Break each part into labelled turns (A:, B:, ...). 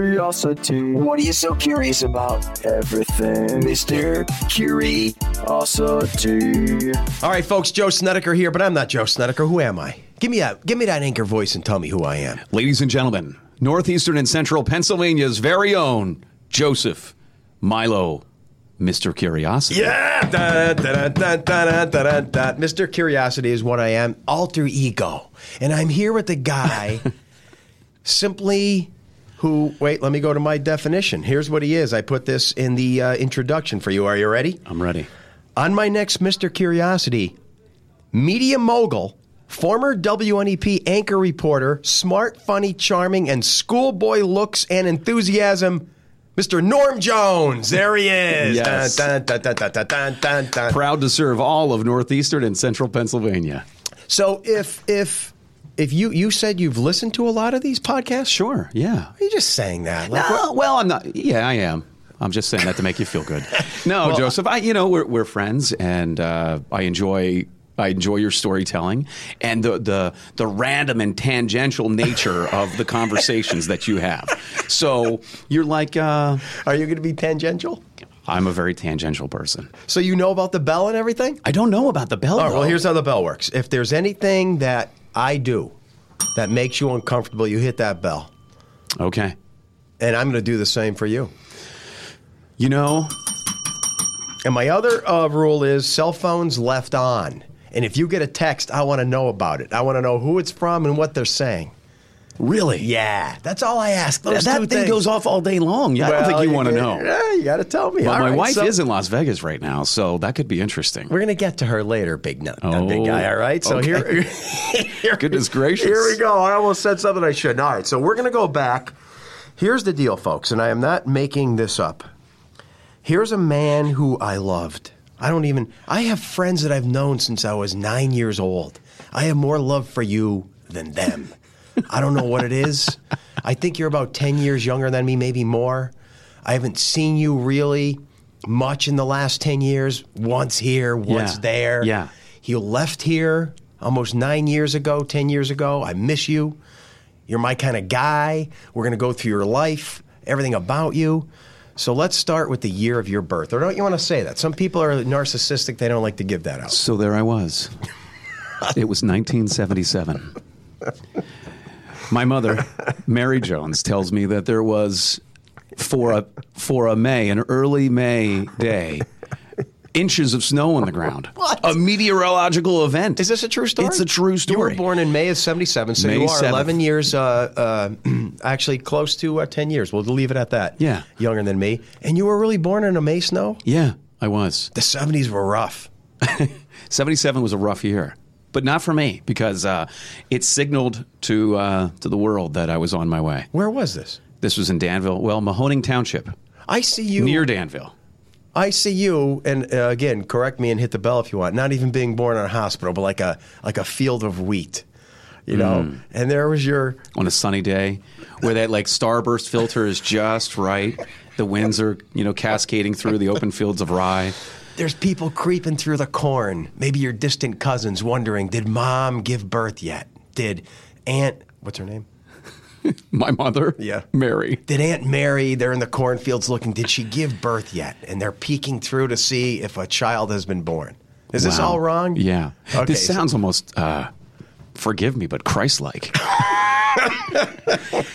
A: Curiosity. What are you so curious about? Everything, Mr. Curiosity.
B: All right, folks. Joe Snedeker here, but I'm not Joe Snedeker. Who am I? Give me that. Give me that anchor voice and tell me who I am.
C: Ladies and gentlemen, northeastern and central Pennsylvania's very own Joseph Milo, Mr. Curiosity.
B: Yeah. Da, da, da, da, da, da, da, da. Mr. Curiosity is what I am. Alter ego, and I'm here with the guy, simply. Who, wait, let me go to my definition. Here's what he is. I put this in the uh, introduction for you. Are you ready?
C: I'm ready.
B: On my next Mr. Curiosity, media mogul, former WNEP anchor reporter, smart, funny, charming, and schoolboy looks and enthusiasm, Mr. Norm Jones. There he is.
C: Yes.
B: Dun, dun, dun, dun, dun, dun, dun, dun.
C: Proud to serve all of northeastern and central Pennsylvania.
B: So if if if you you said you've listened to a lot of these podcasts,
C: Sure. Yeah.
B: Are you just saying that? Like,
C: Well, well, I'm not. Yeah, I am. I'm just saying that to make you feel good. No, Joseph, I, you know, we're, we're friends, and uh, I enjoy. I enjoy your storytelling and the, the the random and tangential nature of the conversations that you have. So you're like, uh,
B: Are you going to be tangential?
C: I'm a very tangential person.
B: So you know about the bell and everything?
C: I don't know about the bell.
B: All right, well,
C: though.
B: here's how the bell works. If there's anything that I do that makes you uncomfortable, you hit that bell.
C: okay.
B: And I'm going to do the same for you.
C: You know,
B: And my other uh, rule is cell phones left on. And if you get a text, I want to know about it. I want to know who it's from and what they're saying.
C: really,
B: Yeah, that's all I ask.
C: That,
B: Those
C: that
B: two
C: thing
B: things.
C: goes off all day long. Yeah, I don't think you, want to
B: can-
C: know.
B: Yeah, you got to tell me.
C: Well,
B: All
C: my
B: right,
C: wife
B: so-
C: is in Las Vegas right now, so that could be interesting.
B: We're gonna get to her later, big nut, uh, big
C: Oh,
B: guy. All right. So
C: okay.
B: here, here-
C: Goodness gracious.
B: Here we go. I almost said something I shouldn't. All right. So we're gonna go back. Here's the deal, folks, and I am not making this up. Here's a man who I loved. I don't even. I have friends that I've known since I was nine years old. I have more love for you than them. I don't know what it is. I think you're about ten years younger than me, maybe more. I haven't seen you really much in the last ten years. Once here, once
C: Yeah.
B: there.
C: Yeah.
B: He left here almost nine years ago, 10 years ago. I miss you. You're my kind of guy. We're going to go through your life, everything about you. So let's start with the year of your birth. Or don't you want to say that? Some people are narcissistic, they don't like to give that out.
C: So there I was. it was 1977. My mother, Mary Jones, tells me that there was for a for a May, an early May day, inches of snow on the ground.
B: What?
C: A meteorological event.
B: Is this a true story?
C: It's a true
B: You
C: story.
B: were born in May of 77, so
C: May
B: you are
C: 7th.
B: 11 years, uh, uh, actually close to uh, 10 years. We'll leave it at that.
C: Yeah.
B: Younger than me. And you were really born in a May snow?
C: Yeah, I was.
B: The 70s were rough.
C: 77 was a rough year, but not for me because uh, it signaled to uh, to the world that I was on my way.
B: Where was this?
C: This was in Danville, well, Mahoning Township,
B: I see you.
C: near Danville.
B: I see you, and uh, again, correct me and hit the bell if you want. Not even being born in a hospital, but like a like a field of wheat, you know.
C: Hmm.
B: And there was your
C: on a sunny day where that like starburst filter is just right. The winds are, you know, cascading through the open fields of rye.
B: there's people creeping through the corn. Maybe your distant cousins wondering, did mom give birth yet? Did aunt what's her name?
C: My mother,
B: Yeah.
C: Mary.
B: Did Aunt Mary? They're in the cornfields looking. Did she give birth yet? And they're peeking through to see if a child has been born. Is this
C: Wow.
B: all wrong?
C: Yeah.
B: Okay,
C: this
B: so-
C: sounds almost, uh, forgive me, but Christ like.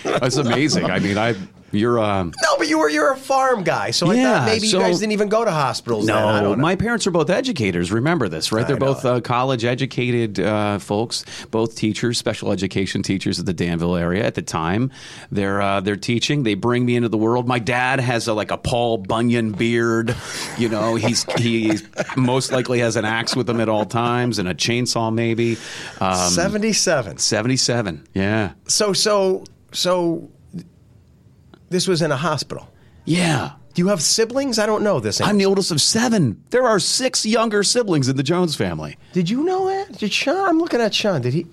C: That's amazing. I mean, I, you're, um,
B: No, but you were you're a farm guy, so I
C: Yeah,
B: thought maybe
C: so-
B: you guys didn't even go to hospitals. then. I
C: No,
B: don't know.
C: my parents are both educators. Remember this, right? They're
B: know
C: both uh, college-educated uh, folks, both teachers, special education teachers at the Danville area at the time. They're uh, they're teaching. They bring me into the world. My dad has a, like a Paul Bunyan beard. You know, he's he most likely has an axe with him at all times and a chainsaw, maybe. Um,
B: 77.
C: Seventy-seven. Yeah.
B: So, so, so this was in a hospital.
C: Yeah.
B: Do you have siblings? I don't know this.
C: I'm the oldest of seven. There are six younger siblings in the Jones family.
B: Did you know that? Did Sean? I'm looking at Sean. Did he?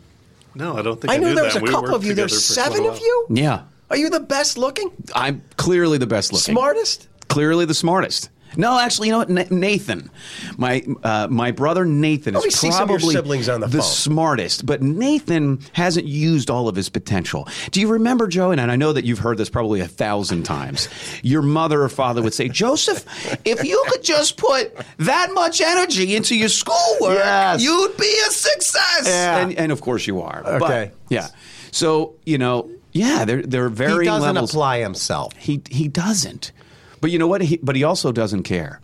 D: No, I don't think
B: I,
D: I,
B: knew
D: knew
B: there was
D: that.
B: a
D: We
B: couple
D: worked
B: of you.
D: together
B: There's
D: for quite a
B: seven of
D: while.
B: you?
C: Yeah.
B: Are you the best looking?
C: I'm clearly the best looking.
B: Smartest?
C: clearly the smartest. No, actually, you know what? Na- Nathan, my uh, my brother Nathan
B: Let me
C: is
B: see some of your
C: probably
B: siblings on the phone.
C: smartest, but Nathan hasn't used all of his potential. Do you remember Joe? And I know that you've heard this probably a thousand times. Your mother or father would say, "Joseph, if you could just put that much energy into your schoolwork,
B: Yes.
C: you'd be a success."
B: Yeah.
C: And, and of course you are. But,
B: Okay.
C: yeah. So you know, yeah, there there are
D: He
C: varying
D: doesn't
C: levels.
D: apply himself.
C: He he doesn't. But you know what? He, but he also doesn't care,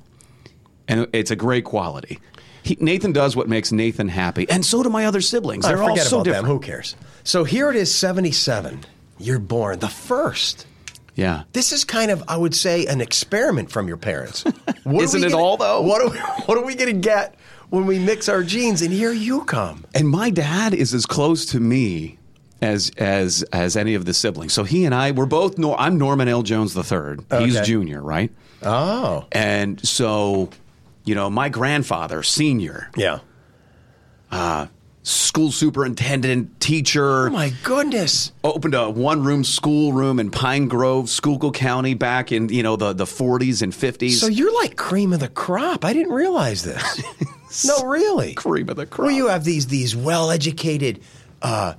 C: and it's a great quality. He, Nathan does what makes Nathan happy, and so do my other siblings. They're
B: I
C: all
B: forget
C: so
B: about
C: different.
B: them. Who cares? So here it is, 77. You're born the first.
C: Yeah.
B: This is kind of, I would say, an experiment from your parents. What are
C: Isn't
B: we
C: it
B: gonna-
C: all, though?
B: What are we, what are we going to get when we mix our genes? And here you come.
C: And my dad is as close to me as as as any of the siblings. So he and I we're both. Nor- I'm Norman L. Jones the third. He's
B: Okay.
C: junior, right?
B: Oh,
C: And so, you know, my grandfather, senior,
B: yeah.
C: school superintendent, teacher.
B: Oh my goodness.
C: opened a one room schoolroom in Pine Grove, Schuylkill County back in, you know, the, the 40s and 50s.
B: So you're like cream of the crop. I didn't realize this. no, really.
C: cream of the crop.
B: Well, you have these these well educated uh,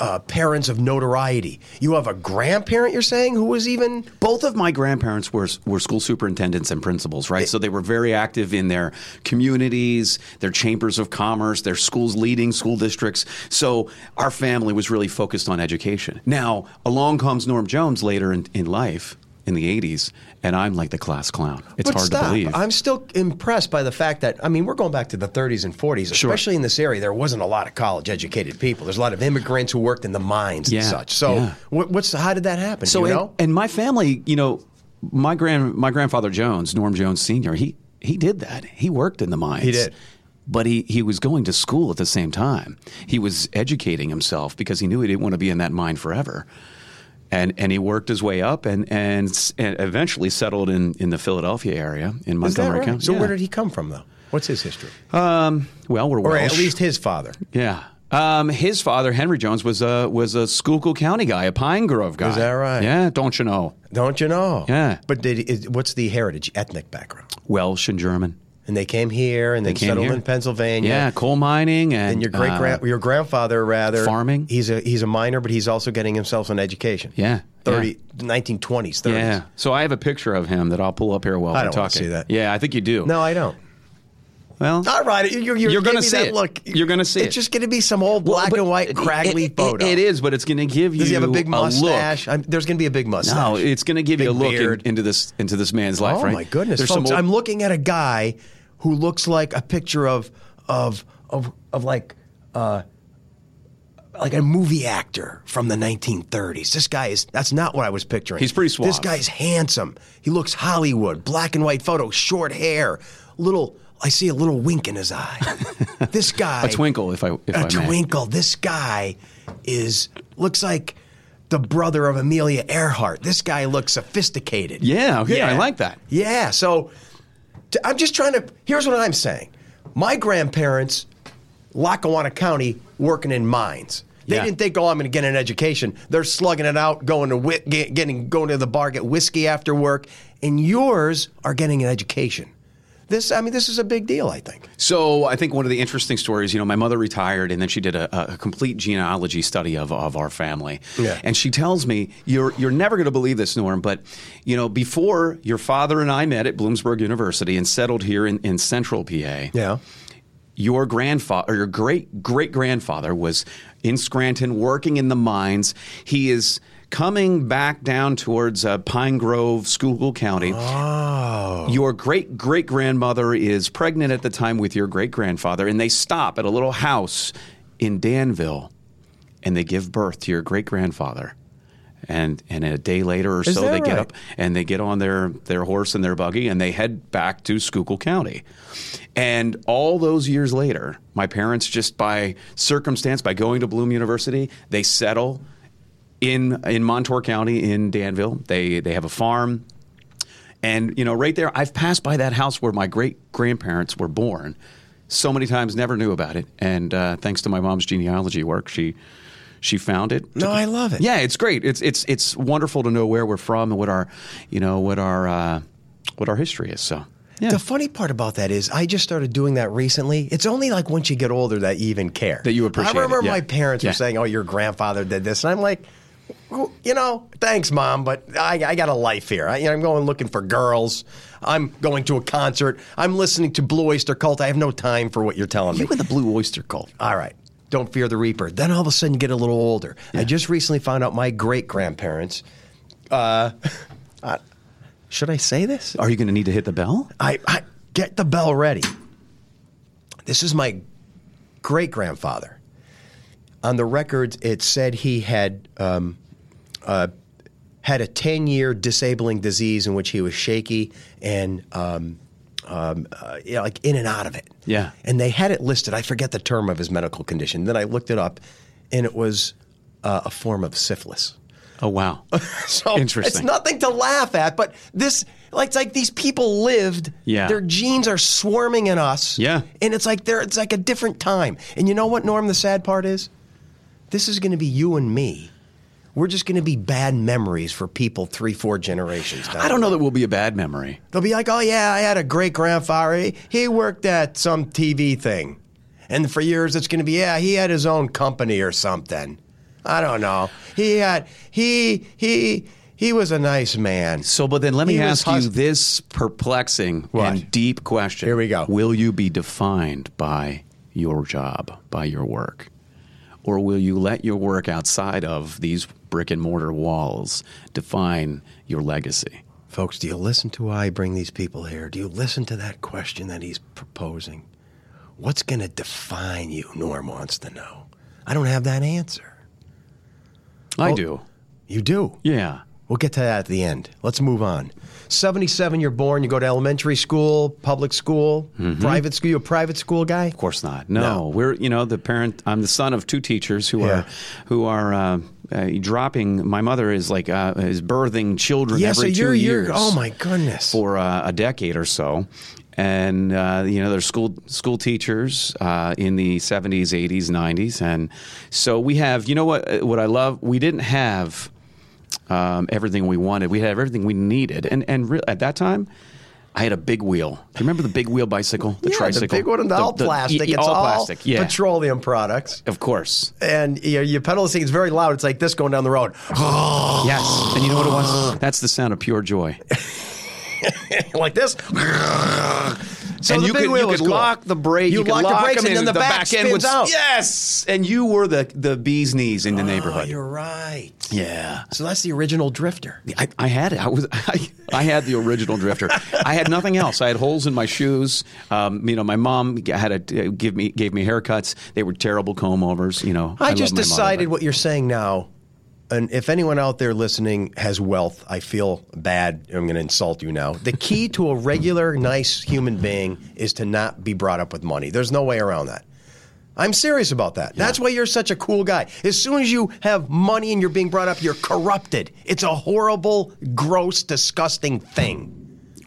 B: uh, parents of notoriety. You have a grandparent. You're saying who was even
C: Both of my grandparents were were school superintendents and principals, right? So they were very active in their communities, their chambers of commerce, their schools leading school districts. So our family was really focused on education. Now, along comes Norm Jones later in, in life in the 80s, and I'm like the class clown. It's
B: But
C: hard
B: stop.
C: to believe.
B: I'm still impressed by the fact that I mean we're going back to the 30s and 40s, especially in this area. There wasn't a lot of college-educated people. There's a lot of immigrants who worked in the mines and
C: Yeah,
B: such. So
C: yeah.
B: what, what's how did that happen?
C: So
B: Do you
C: and,
B: know?
C: and my family, you know, my grand my grandfather Jones, Norm Jones Sr., he he did that. He worked in the mines.
B: He did.
C: But he, he was going to school at the same time. He was educating himself because he knew he didn't want to be in that mine forever. And and he worked his way up and and, s- and eventually settled in, in the Philadelphia area in
B: Is that
C: Montgomery
B: right?
C: County.
B: So
C: Yeah.
B: where did he come from though? What's his history?
C: well we're
B: or
C: Welsh.
B: at least his father.
C: Yeah. Um, his father, Henry Jones, was a was a Schuylkill County guy, a Pine Grove guy.
B: Is that right?
C: Yeah, don't you know?
B: Don't you know?
C: Yeah.
B: But did is, what's the heritage ethnic background?
C: Welsh and German.
B: And they came here and they
C: came
B: settled
C: here.
B: in Pennsylvania.
C: Yeah, coal mining and,
B: And your great
C: uh,
B: grand, your grandfather rather
C: farming?
B: He's a he's a miner, but he's also getting himself an education.
C: Yeah,
B: 30, 1920s, 30s.
C: uh, yeah. So I have a picture of him that I'll pull up here while
B: I
C: we're
B: don't wanna
C: talking.
B: see that.
C: Yeah, I think you do.
B: No, I don't.
C: well,
B: All right, you, you're,
C: You're
B: giving
C: gonna
B: me
C: see
B: that
C: it.
B: Look,
C: You're gonna see
B: It's
C: it.
B: just going to be some old
C: Well,
B: black
C: but
B: and white
C: it-
B: craggly
C: it- it-
B: photo.
C: it is, but it's going to give you.
B: Does he have a big
C: look.
B: mustache? I'm, there's going to be a big mustache.
C: No, it's going to give you a
B: Big
C: look in-
B: beard.
C: into this into this man's life.
B: oh
C: right?
B: my goodness,
C: There's
B: folks!
C: some old-
B: I'm looking at a guy who looks like a picture of of of of like uh, like a movie actor from the 1930s. This guy is that's not what I was picturing.
C: He's pretty
B: This
C: suave.
B: guy's handsome. He looks Hollywood, black and white photo, short hair, little. I see a little wink in his eye. this guy,
C: a twinkle, if I if
B: a
C: I may.
B: twinkle. This guy is looks like the brother of Amelia Earhart. This guy looks sophisticated.
C: Yeah, okay, I like that.
B: Yeah. So t- I'm just trying to. Here's what I'm saying. My grandparents, Lackawanna County, working in mines. They
C: Yeah.
B: didn't think, oh, I'm going to get an education. They're slugging it out, going to whi- get, getting going to the bar, get whiskey after work, and yours are getting an education. This, I mean, this is a big deal. I think.
C: So I think one of the interesting stories, you know, my mother retired and then she did a, a complete genealogy study of, of our family.
B: Yeah.
C: And she tells me, you're, you're never going to believe this, Norm, but, you know, before your father and I met at Bloomsburg University and settled here in, in central PA,
B: Yeah.
C: your grandfather or your great great grandfather was in Scranton working in the mines. He is coming back down towards uh, Pine Grove, Schuylkill County.
B: Oh.
C: Your great great grandmother is pregnant at the time with your great grandfather, and they stop at a little house in Danville, and they give birth to your great grandfather. And and a day later or so,
B: that
C: they get
B: right?
C: up and they get on their their horse and their buggy and they head back to Schuylkill County. And all those years later, my parents just by circumstance, by going to Bloom University, they settle in in Montour County in Danville. They they have a farm. And you know, right there, I've passed by that house where my great grandparents were born so many times, never knew about it. And uh, thanks to my mom's genealogy work, she she found it.
B: No, I love it.
C: Yeah, it's great. It's it's it's wonderful to know where we're from and what our you know what our uh, what our history is. So, yeah.
B: The funny part about that is, I just started doing that recently. It's only like once you get older that you even care.
C: That you appreciate
B: I remember
C: it, yeah.
B: my parents
C: Yeah.
B: were saying, "Oh, your grandfather did this," and I'm like, "Well, you know, thanks, mom, but I, I got a life here. I, you know, I'm going looking for girls. I'm going to a concert. I'm listening to Blue Oyster Cult. I have no time for what you're telling me."
C: you and the Blue Oyster Cult.
B: all right, don't fear the Reaper. Then all of a sudden you get a little older. I just recently found out my great grandparents. Uh, I- should I say this?
C: Are you going to need to hit the bell?
B: I, I get the bell ready. This is my great grandfather. On the records, it said he had um, uh, had a ten year disabling disease in which he was shaky and um, um, uh, yeah, like in and out of it.
C: Yeah.
B: and they had it listed. I forget the term of his medical condition. Then I looked it up, and it was uh, a form of syphilis.
C: Oh wow.
B: So It's
C: Interesting.
B: nothing to laugh at, but this, like, it's like these people lived.
C: Yeah.
B: Their genes are swarming in us.
C: Yeah.
B: And it's like they're, it's like a different time. And you know what, Norm? The sad part is, this is going to be you and me. We're just going to be bad memories for people three, four generations. Down
C: I don't
B: the
C: know
B: road.
C: that will be a bad memory.
B: They'll be like, oh yeah, I had a great grandfather. He, he worked at some TV thing, and for years it's going to be yeah, he had his own company or something. I don't know. He had he he he was a nice man.
C: So, but then let me
B: He was
C: ask you
B: hus-
C: this perplexing
B: What?
C: and deep question.
B: Here we go.
C: Will you be defined by your job, by your work? Or will you let your work outside of these brick and mortar walls define your legacy?
B: Folks, do you listen to why I bring these people here? Do you listen to that question that he's proposing? What's going to define you? Norm wants to know. I don't have that answer.
C: I
B: Well-
C: do.
B: You do.
C: Yeah.
B: We'll get to that at the end. Let's move on. 77, you're born, you go to elementary school, public school,
C: Mm-hmm.
B: private school. You a private school guy?
C: Of course not. No,
B: No.
C: we're you know the parent. I'm the son of two teachers who
B: Yeah.
C: are who are uh, uh, dropping. My mother is like uh, is birthing children
B: Yeah, so
C: every 2
B: you're,
C: years.
B: you're, oh my goodness.
C: for uh, a decade or so. And uh, you know, there's school school teachers uh, in the 70s, 80s, 90s, and so we have. You know what? uh, What I love, we didn't have um, everything we wanted. We had everything we needed, and and re- at that time. I had a big wheel. Do you remember the big wheel bicycle, the
B: yeah,
C: tricycle,
B: The big one, and the, all
C: The- the-
B: plastic.
C: y- y-
B: it's
C: all plastic. Yeah,
B: petroleum products.
C: of course.
B: And you, know, you pedal this thing, it's very loud. It's like this going down the road.
C: Yes, and you know what it was? That's the sound of pure joy.
B: like this. So
C: and
B: the
C: you
B: big
C: could,
B: wheel
C: you
B: was
C: could
B: cool.
C: lock the brake.
B: You,
C: could
B: lock, the brakes,
C: them
B: and then the,
C: in,
B: back,
C: end would
B: spins out.
C: Yes, and you were the the bee's knees in the
B: Oh,
C: neighborhood.
B: you're right.
C: Yeah.
B: So that's the original drifter.
C: I, I had it. I was I, I had the original drifter. I had nothing else. I had holes in my shoes. Um, you know, my mom had to give me gave me haircuts. They were terrible comb overs. You know,
B: I,
C: love
B: just
C: my mother,
B: decided
C: but-
B: what you're saying now. And if anyone out there listening has wealth, I feel bad. I'm going to insult you now. The key to a regular, nice human being is to not be brought up with money. There's no way around that. I'm serious about that. That's why you're such a cool guy. As soon as you have money and you're being brought up, you're corrupted. It's a horrible, gross, disgusting thing.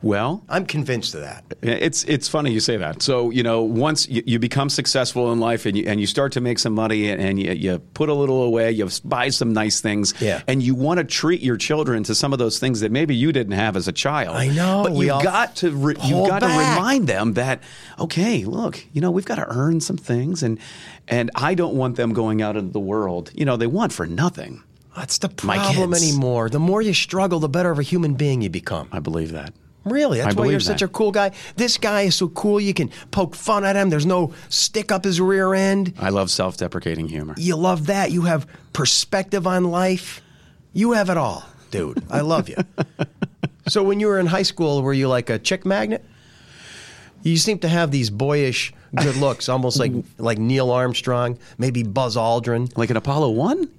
C: well.
B: I'm convinced of that.
C: Yeah, It's it's funny you say that. So you know, once you, you become successful in life and you, and you start to make some money and, and you, you put a little away, you buy some nice things,
B: Yeah.
C: and you want to treat your children to some of those things that maybe you didn't have as a child.
B: I know,
C: but
B: we
C: you
B: all
C: got to re- you
B: hold
C: got to
B: back.
C: remind them that okay, look, you know, we've got to earn some things, and and I don't want them going out into the world. You know, they want for nothing.
B: That's the
C: My
B: problem
C: kids.
B: anymore. The more you struggle, the better of a human being you become.
C: I believe that.
B: Really? That's
C: I
B: why you're
C: believe
B: such
C: that.
B: a cool guy. This guy is so cool. You can poke fun at him. There's no stick up his rear end.
C: I love self-deprecating humor.
B: You love that. You have perspective on life. You have it all, dude. I love you. so when you were in high school, were you like a chick magnet? You seem to have these boyish good looks, almost like like Neil Armstrong, maybe Buzz Aldrin.
C: Like an Apollo One.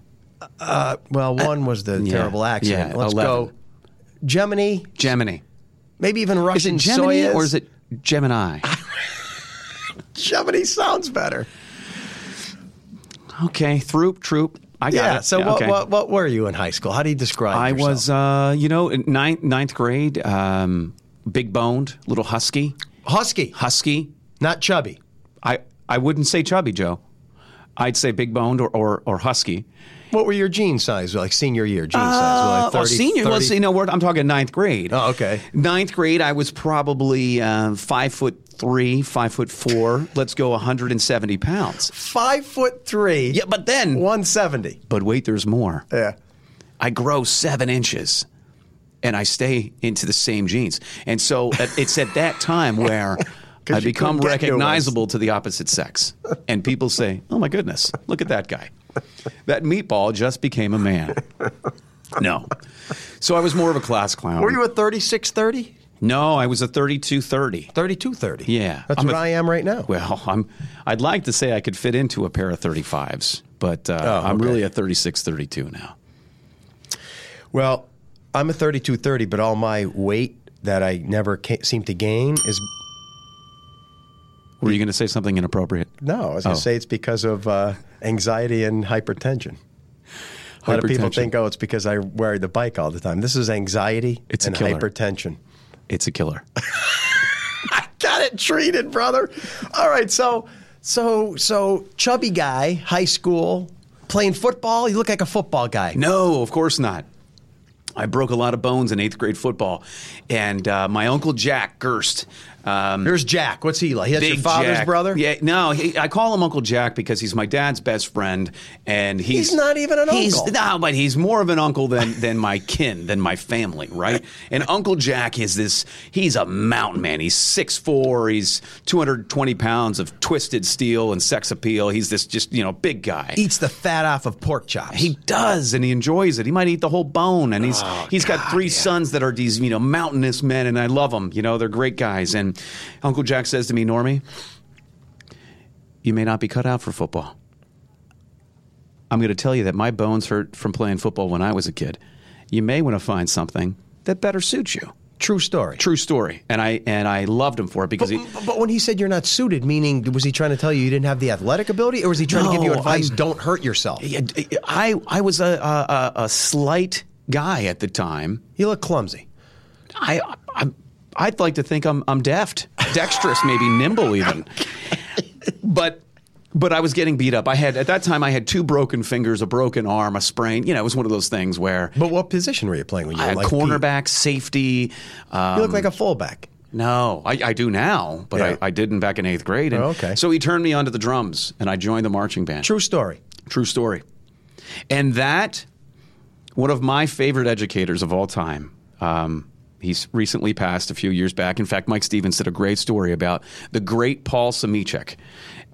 B: Well, one was the
C: Uh, yeah,
B: terrible accident.
C: yeah,
B: Let's
C: 11.
B: go. Gemini,
C: Gemini.
B: maybe even
C: Is
B: Russian
C: it Gemini
B: Soyuz.
C: or is it Gemini?
B: Gemini sounds better.
C: Okay, Throop Troop. I got
B: yeah.
C: it.
B: So what,
C: okay.
B: what what were you in high school? How do you describe?
C: I
B: yourself?
C: was, uh, you know, in ninth ninth grade, um, big boned, little husky,
B: husky,
C: husky.
B: not chubby.
C: I I wouldn't say chubby Joe. I'd say big boned or, or or husky,
B: What were your jean size? Like senior year jean
C: Uh,
B: size? Were
C: well,
B: Like 30,
C: senior
B: 30?
C: was you know what I'm talking ninth grade.
B: Oh, okay.
C: Ninth grade, I was probably uh, five foot three, five foot four. Let's go 170 pounds.
B: five foot three.
C: Yeah, but then,
B: one seventy.
C: but wait, there's more.
B: Yeah.
C: I grow seven inches and I stay into the same jeans. And so at- it's at that time where I
B: you
C: become
B: couldn't get new ones.
C: recognizable to the opposite sex. And people say, oh my goodness, look at that guy. That meatball just became a man. No. So I was more of a class clown.
B: Were you a 36, 30?
C: no, I was a 3230.
B: 32, 30.
C: Yeah.
B: That's
C: I'm
B: what
C: a-
B: I am right now.
C: Well, I'm I'd like to say I could fit into a pair of 35s, but uh, I'm
B: Oh, okay.
C: really a 36 32 now.
B: Well, I'm a 32, 30, but all my weight that I never ca- seem to gain is
C: Were you going to say something inappropriate?
B: no. I was going
C: Oh.
B: to say it's because of uh, anxiety and hypertension. A lot of people
C: Hypertension.
B: think, oh, it's because I ride the bike all the time. This is anxiety
C: It's a
B: and
C: killer.
B: hypertension.
C: It's a killer.
B: I got it treated, brother. All right, so so so chubby guy, high school, playing football. You look like a football guy.
C: No, of course not. I broke a lot of bones in eighth grade football, and uh, my uncle Jack Gerst. Um,
B: There's Jack. What's he like? That's your
C: Big
B: father's
C: Jack-
B: brother.
C: Yeah, no, he, I call him Uncle Jack because he's my dad's best friend, and he's,
B: He's not even an
C: he's-
B: uncle.
C: No, but he's more of an uncle than than my kin, than my family, right? And Uncle Jack is this. He's a mountain man. He's 6'4", He's two hundred twenty pounds of twisted steel and sex appeal. He's this just you know big guy.
B: Eats the fat off of pork chops.
C: He does, and he enjoys it. He might eat the whole bone, and he's he's got three sons that are these you know mountainous men, and I love them. You know, they're great guys. And Uncle Jack says to me, Normie, you may not be cut out for football. I'm going to tell you that my bones hurt from playing football when I was a kid. You may want to find something that better suits you.
B: True story.
C: True story, and I and I loved him for it because
B: But,
C: he.
B: but when he said you're not suited, meaning was he trying to tell you you didn't have the athletic ability, or was he trying to give you
C: No,
B: advice?
C: I'm-
B: don't hurt yourself.
C: I I was a, a a- a slight guy at the time.
B: You look clumsy.
C: I, I'm, I'd like to think I'm, I'm deft, dexterous, maybe nimble even. But, but I was getting beat up. I had at that time I had two broken fingers, a broken arm, a sprain. You know, it was one of those things where
B: But what position were you playing when you
C: I
B: were
C: had
B: like
C: cornerback, safety.
B: Pete?
C: Um,
B: You look like a fullback.
C: no, I, I do now, but
B: Yeah.
C: I, I didn't back in eighth grade. And
B: Oh, okay.
C: So he turned me onto the drums, and I joined the marching band.
B: True story.
C: True story. And that, one of my favorite educators of all time, um, he's recently passed a few years back. In fact, Mike Stevens did a great story about the great Paul Semichek.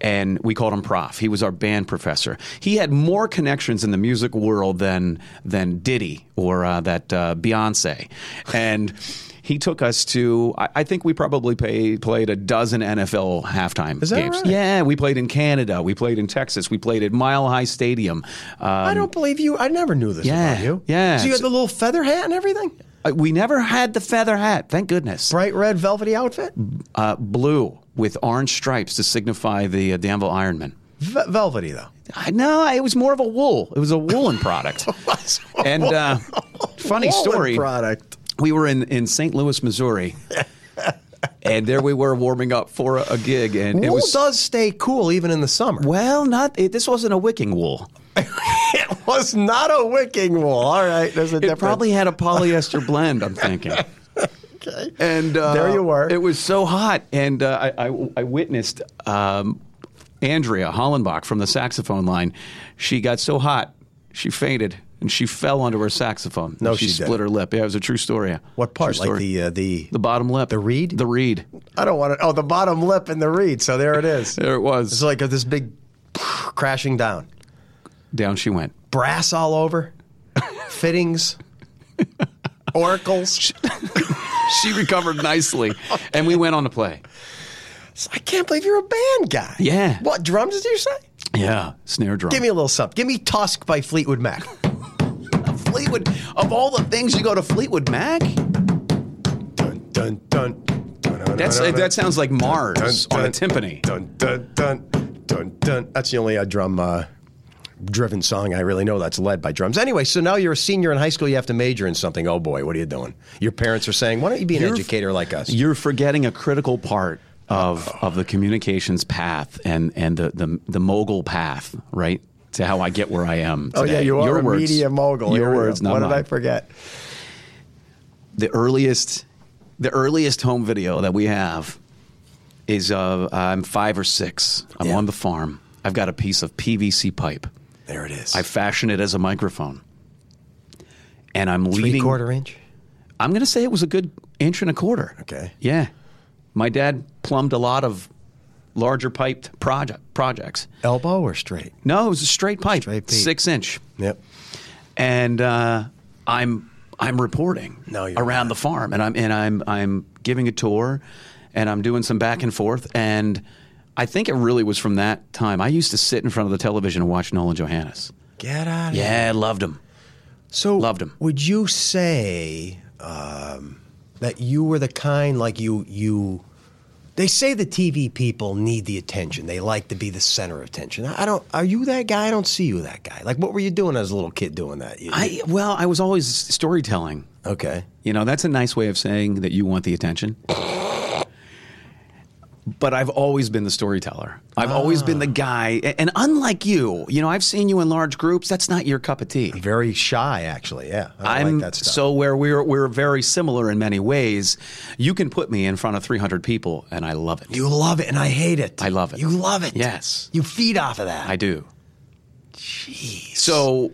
C: And we called him Prof. He was our band professor. He had more connections in the music world than than Diddy or uh, that uh, Beyonce. And he took us to. I, I think we probably pay, played a dozen NFL halftime
B: that
C: games.
B: right?
C: Yeah, we played in Canada. We played in Texas. We played at Mile High Stadium.
B: I
C: Um,
B: don't believe you. I never knew this
C: Yeah,
B: about you.
C: yeah.
B: So you had the little feather hat and everything?
C: uh, we never had the feather hat. Thank goodness.
B: Bright red velvety outfit?
C: Uh, blue with orange stripes to signify the uh, Danville Ironman.
B: V- velvety, though.
C: I, no, it was more of a wool. It was a woolen product. and uh, funny
B: Woolen
C: story.
B: product.
C: we were in, in St. Louis, Missouri, and there we were warming up for a, a gig, and it
B: Wool
C: was
B: does stay cool even in the summer.
C: well, not it, this wasn't a wicking wool.
B: It was not a wicking wool. All right, there's a
C: It probably had a polyester blend. I'm thinking. And uh,
B: There you were.
C: It was so hot, and uh, I, I, I witnessed um, Andrea Hollenbach from the saxophone line. She got so hot, she fainted, and she fell onto her saxophone.
B: No,
C: she,
B: she
C: split
B: didn't.
C: her lip. Yeah, it was a true story.
B: What part?
C: True
B: Like
C: story.
B: the uh, the
C: the bottom lip,
B: the reed?
C: the reed.
B: I don't want to. Oh, the bottom lip and the reed. So there it is.
C: There it
B: It's
C: was.
B: like this big crashing down.
C: Down she went.
B: Brass all over, fittings, oracles.
C: She recovered nicely, and we went on to play.
B: I can't believe you're a band guy.
C: Yeah.
B: What drums did you say?
C: Yeah, snare drum.
B: Give me a little something. Give me Tusk by Fleetwood Mac.
C: Fleetwood. Of all the things, you go to Fleetwood Mac.
B: Dun dun dun. dun, dun
C: That's
B: dun,
C: that sounds like
B: dun,
C: Mars on a
B: dun,
C: timpani.
B: Dun dun dun dun dun. That's the only uh, drum uh, driven song I really know that's led by drums. Anyway, so now you're a senior in high school. You have to major in something. Oh boy, what are you doing? Your parents are saying, "Why don't you be an
C: You're-
B: educator like us?"
C: You're forgetting a critical part of of the communications path and and the the, the mogul path, right? to how I get where I am.
D: Oh yeah,
C: today.
D: you are
C: Your
D: a
C: words.
D: media mogul. Here
C: Your
D: we go.
C: words, not
D: What
C: mine.
D: did I forget?
C: the earliest the earliest home video that we have is uh, I'm five or six. I'm
B: Yeah.
C: on the farm. I've got a piece of PVC pipe.
B: There it is.
C: I fashion it as a microphone, and I'm
B: Three
C: leading.
B: quarter inch.
C: I'm going to say it was a good inch and a quarter.
B: Okay.
C: Yeah, my dad plumbed a lot of larger piped project projects.
B: Elbow or straight?
C: No, it was a straight pipe,
B: Straight pipe.
C: six inch
B: Yep.
C: and uh, I'm I'm reporting
B: No, you're
C: around the farm, and I'm and I'm I'm giving a tour, and I'm doing some back and forth, and I think it really was from that time. I used to sit in front of the television and watch Nolan Johannes.
B: Get out of here.
C: Yeah, I loved him.
B: So
C: Loved 'em.
B: Would you say um, that you were the kind like you you? They say the TV people need the attention. They like to be the center of attention. I I don't. Are you that guy? I don't see you that guy. Like, what were you doing as a little kid doing that? You-
C: I well, I was always storytelling.
B: okay.
C: You know, that's a nice way of saying that you want the attention. But I've always been the storyteller. I've always been the
B: Ah.
C: guy, a- and unlike you, you know, I've seen you in large groups. That's not your cup of tea.
B: Very shy, actually. Yeah, I don't
C: I'm
B: like that stuff.
C: so where we're we're very similar in many ways. You can put me in front of 300 people, and I love it.
B: you love it, and I hate it.
C: I love it.
B: You love it.
C: Yes.
B: You feed off of that.
C: I do. Jeez. So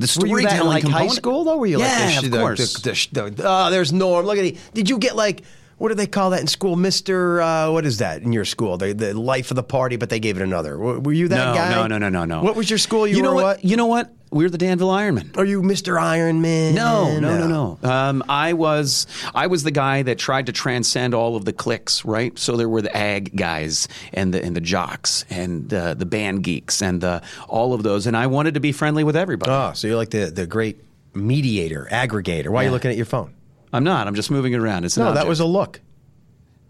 B: Were you that in,
C: storytelling
B: like high
C: component-
B: school though? Were you
C: yeah,
B: like, this-
C: of
B: the-
C: course.
B: the- the sh- the- oh, there's Norm. Look at he. Did you get like what do they call that in school, Mister? Uh, what is that in your school? The the life of the party, but they gave it another. W- Were you that
C: no,
B: guy?
C: no, no, no, no, no.
B: What was your school? You,
C: know
B: were
C: what?
B: what?
C: You know what? We're the Danville Ironmen.
B: Are you Mister Iron Man?
C: No, no,
B: uh,
C: no, no. Um, I was I was the guy that tried to transcend all of the cliques, right? So there were the ag guys and the and the jocks and uh, the the band geeks and the all of those, and I wanted to be friendly with everybody.
B: Oh, so you're like the the great mediator, aggregator. Why are you looking at your phone?
C: I'm not. I'm just moving it around. It's an
B: No, that
C: object.
B: was a look.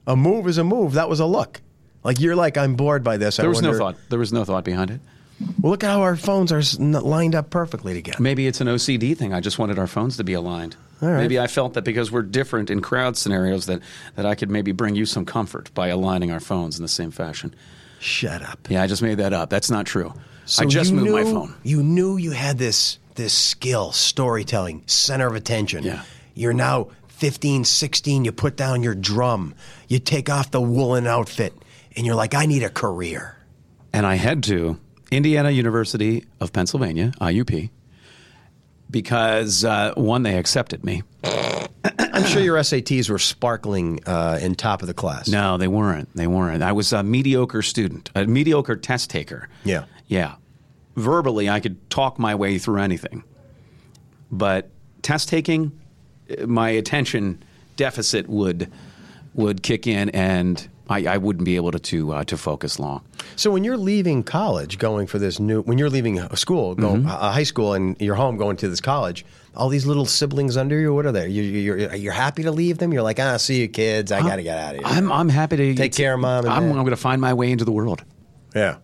B: A move is a move. That was a look. Like you're like I'm bored by this.
C: there was no thought. There was no thought behind it.
B: Well, look at how our phones are s- n- lined up perfectly together.
C: Maybe it's an OCD thing. I just wanted our phones to be aligned.
B: All right.
C: Maybe I felt that because we're different in crowd scenarios that, that I could maybe bring you some comfort by aligning our phones in the same fashion.
B: Shut up.
C: Yeah, I just made that up. That's not true.
B: So
C: I just
B: you
C: moved my
B: knew-
C: phone.
B: You knew you had this this skill, storytelling, center of attention.
C: Yeah.
B: You're now 15, 16, you put down your drum, you take off the woolen outfit, and you're like, I need a career.
C: and I head to Indiana University of Pennsylvania, IUP, because uh, one, they accepted me.
B: I'm sure your SATs were sparkling uh, in top of the class.
C: No, they weren't. They weren't. I was a mediocre student, a mediocre test taker.
B: Yeah.
C: Yeah. Verbally, I could talk my way through anything. But test taking, eh, my attention deficit would would kick in, and I, I wouldn't be able to to, uh, to focus long.
B: So when you're leaving college, going for this new, when you're leaving a school, going a high school, and you're home going to this college, all these little siblings under you, what are they? You, you, you're, you're happy to leave them? You're like, ah, see you kids, I got to get out of here.
C: I'm I'm happy to
B: Take care, Mom and
C: I'm,
B: Dad.
C: I'm going to find my way into the world.
B: Yeah.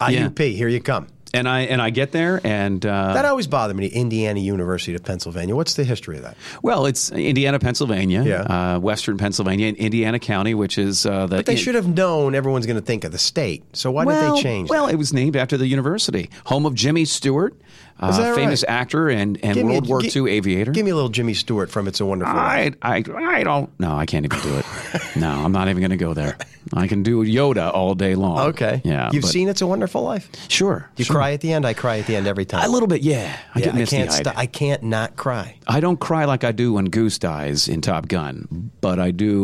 B: IUP, here you come.
C: and I and I get there, and
B: That
C: uh,
B: always bothered me. Indiana University of Pennsylvania. What's the history of that?
C: well, it's Indiana, Pennsylvania,
B: Yeah.
C: uh, Western Pennsylvania, and Indiana County, which is uh, the.
B: But they should have known everyone's going to think of the state. So why did
C: well,
B: they change?
C: Well,
B: that?
C: it was named after the university, home of Jimmy Stewart, uh,
B: that
C: famous
B: right?
C: actor and, and
B: Give me a-
C: World War
B: gi-
C: II aviator.
B: Give me a little Jimmy Stewart from It's a Wonderful Life.
C: I, I, I don't. No, I can't even do it. no, I'm not even going to go there. I can do Yoda all day long.
B: Okay.
C: Yeah.
B: You've
C: but-
B: seen It's a Wonderful Life?
C: Sure.
B: You
C: sure.
B: cry at the end? I cry at the end every time.
C: A little bit, yeah. I
B: yeah,
C: get
B: I
C: misty
B: can't st- I can't not cry.
C: I don't cry like I do when Goose dies in Top Gun, but I do.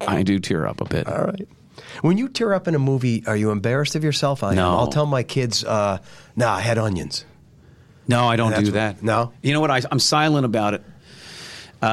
C: I do tear up a bit.
B: All right. When you tear up in a movie, are you embarrassed of yourself? I
C: No.
B: am. I'll tell my kids, uh, nah, I had onions.
C: No, I don't
B: That's
C: do
B: what-
C: that.
B: no?
C: You know what? I, I'm silent about it. Um,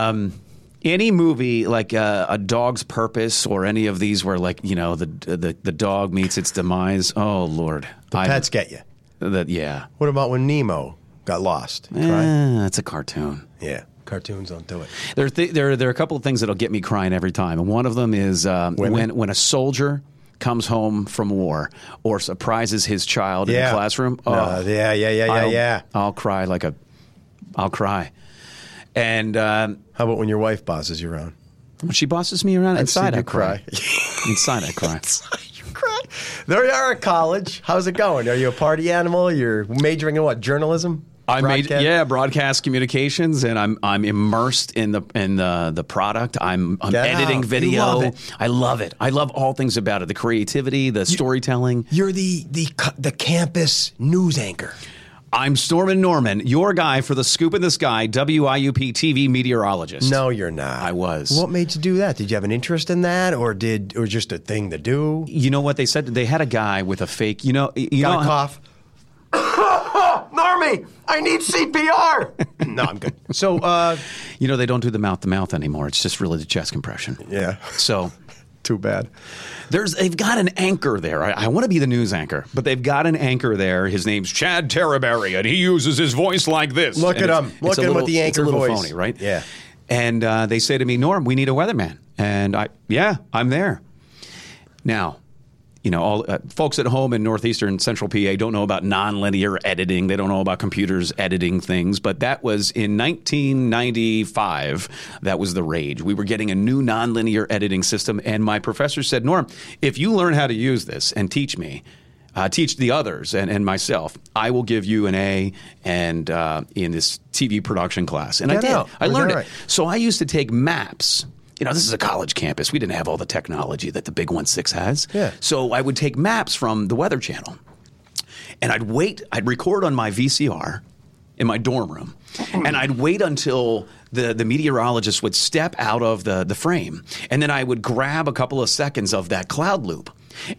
C: any movie like uh, a Dog's Purpose or any of these where like you know the the, the dog meets its demise. Oh Lord, the
B: Pets get you.
C: That yeah,
B: What about when Nemo got lost? You Cry?
C: Eh, that's a cartoon.
B: Yeah. Cartoons don't do it.
C: There, are th- there, are- there are a couple of things that'll get me crying every time, and one of them is um,
B: Women?
C: when when a soldier comes home from war or surprises his child in the classroom. Oh,
B: No, Uh, yeah, yeah, yeah, yeah,
C: I'll,
B: yeah.
C: I'll cry like a, I'll cry, and um,
B: How about when your wife bosses you around?
C: when she bosses me around
B: seen
C: inside, I
B: you
C: cry. inside, I cry.
B: you cry. there you are at college. How's it going? Are you a party animal? You're majoring in what? Journalism?
C: I made
B: Broadcast?
C: yeah broadcast communications and I'm I'm immersed in the in the the product I'm I'm
B: Get
C: editing
B: out. You
C: video
B: love it.
C: I love it I love all things about it the creativity the storytelling
B: You're the the co- the campus news anchor.
C: I'm Stormin Norman your guy for the scoop in the sky WIUP TV meteorologist
B: No, you're not.
C: I was.
B: What made you do that? Did you have an interest in that, or did or just a thing to do?
C: you know what they said they had a guy with a fake you know you
B: Got
C: know
B: a cough. Normie, I need CPR. no, I'm good. So, uh,
C: you know they don't do the mouth to mouth anymore it's just really the chest compression
B: yeah,
C: so
B: too bad.
C: There's they've got an anchor there. I, I want to be the news anchor, but they've got an anchor there. His name's Chad Terraberry, and he uses his voice like this.
B: Look
C: And
B: at
C: it's-
B: him.
C: it's
B: Look
C: a
B: at him with
C: little-
B: the anchor
C: It's a little
B: voice.
C: phony, right?
B: Yeah.
C: And uh, they say to me, Norm, we need a weatherman, and I, yeah, I'm there. Now, you know, all uh, folks at home in northeastern central PA don't know about nonlinear editing. They don't know about computers editing things, but that was in 1995. That was the rage. We were getting a new nonlinear editing system, and my professor said, "Norm, if you learn how to use this and teach me." Uh, teach the others and, and myself. I will give you an A and uh, in this TV production class, and I
B: Get
C: did.
B: out.
C: I
B: Was
C: learned
B: that
C: it.
B: right?
C: So I used to take maps. You know, this is a college campus. We didn't have all the technology that the Big One Six has.
B: Yeah.
C: So I would take maps from the Weather Channel, and I'd wait. I'd record on my VCR in my dorm room, and I'd wait until the, the meteorologist would step out of the, the frame, and then I would grab a couple of seconds of that cloud loop.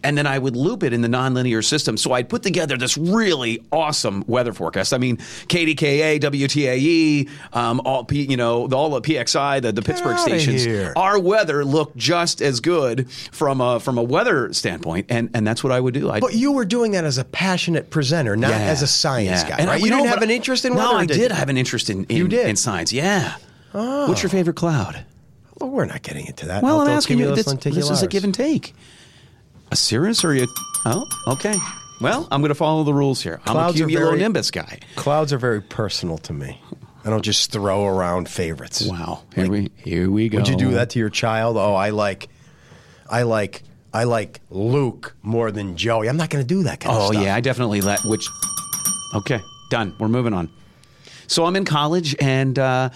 C: And then I would loop it in the nonlinear system. So I'd put together this really awesome weather forecast. I mean, KDKA, WTAE, um, all P, you know, the- all the PXI, the, the Pittsburgh
B: outta
C: stations,
B: here.
C: our weather looked just as good from a from a weather standpoint, and and that's what I would do. I
B: But you were doing that as a passionate presenter, not as a science guy, right? You didn't have an interest in
C: no,
B: weather,
C: I
B: did.
C: did, have an interest in, in
B: You did? Oh.
C: in science. Yeah. What's your favorite cloud?
B: Well, we're not getting into that.
C: Well, I'm
B: Alto
C: asking you.
B: cumulus
C: This, this is a
B: lenticularis.
C: give and take. A Cirrus or you? Oh, okay. Well, I'm going to follow the rules here. I'm
B: Clouds
C: a
B: are very-
C: cumulonimbus guy.
B: Clouds are very personal to me. I don't just throw around favorites.
C: Wow. Here we here we go.
B: Would you do that to your child? Oh, I like, I like, I like Luke more than Joey. I'm not going to do that kind of
C: Oh
B: stuff.
C: yeah, I definitely let. Which, okay, done. We're moving on. So I'm in college, and uh,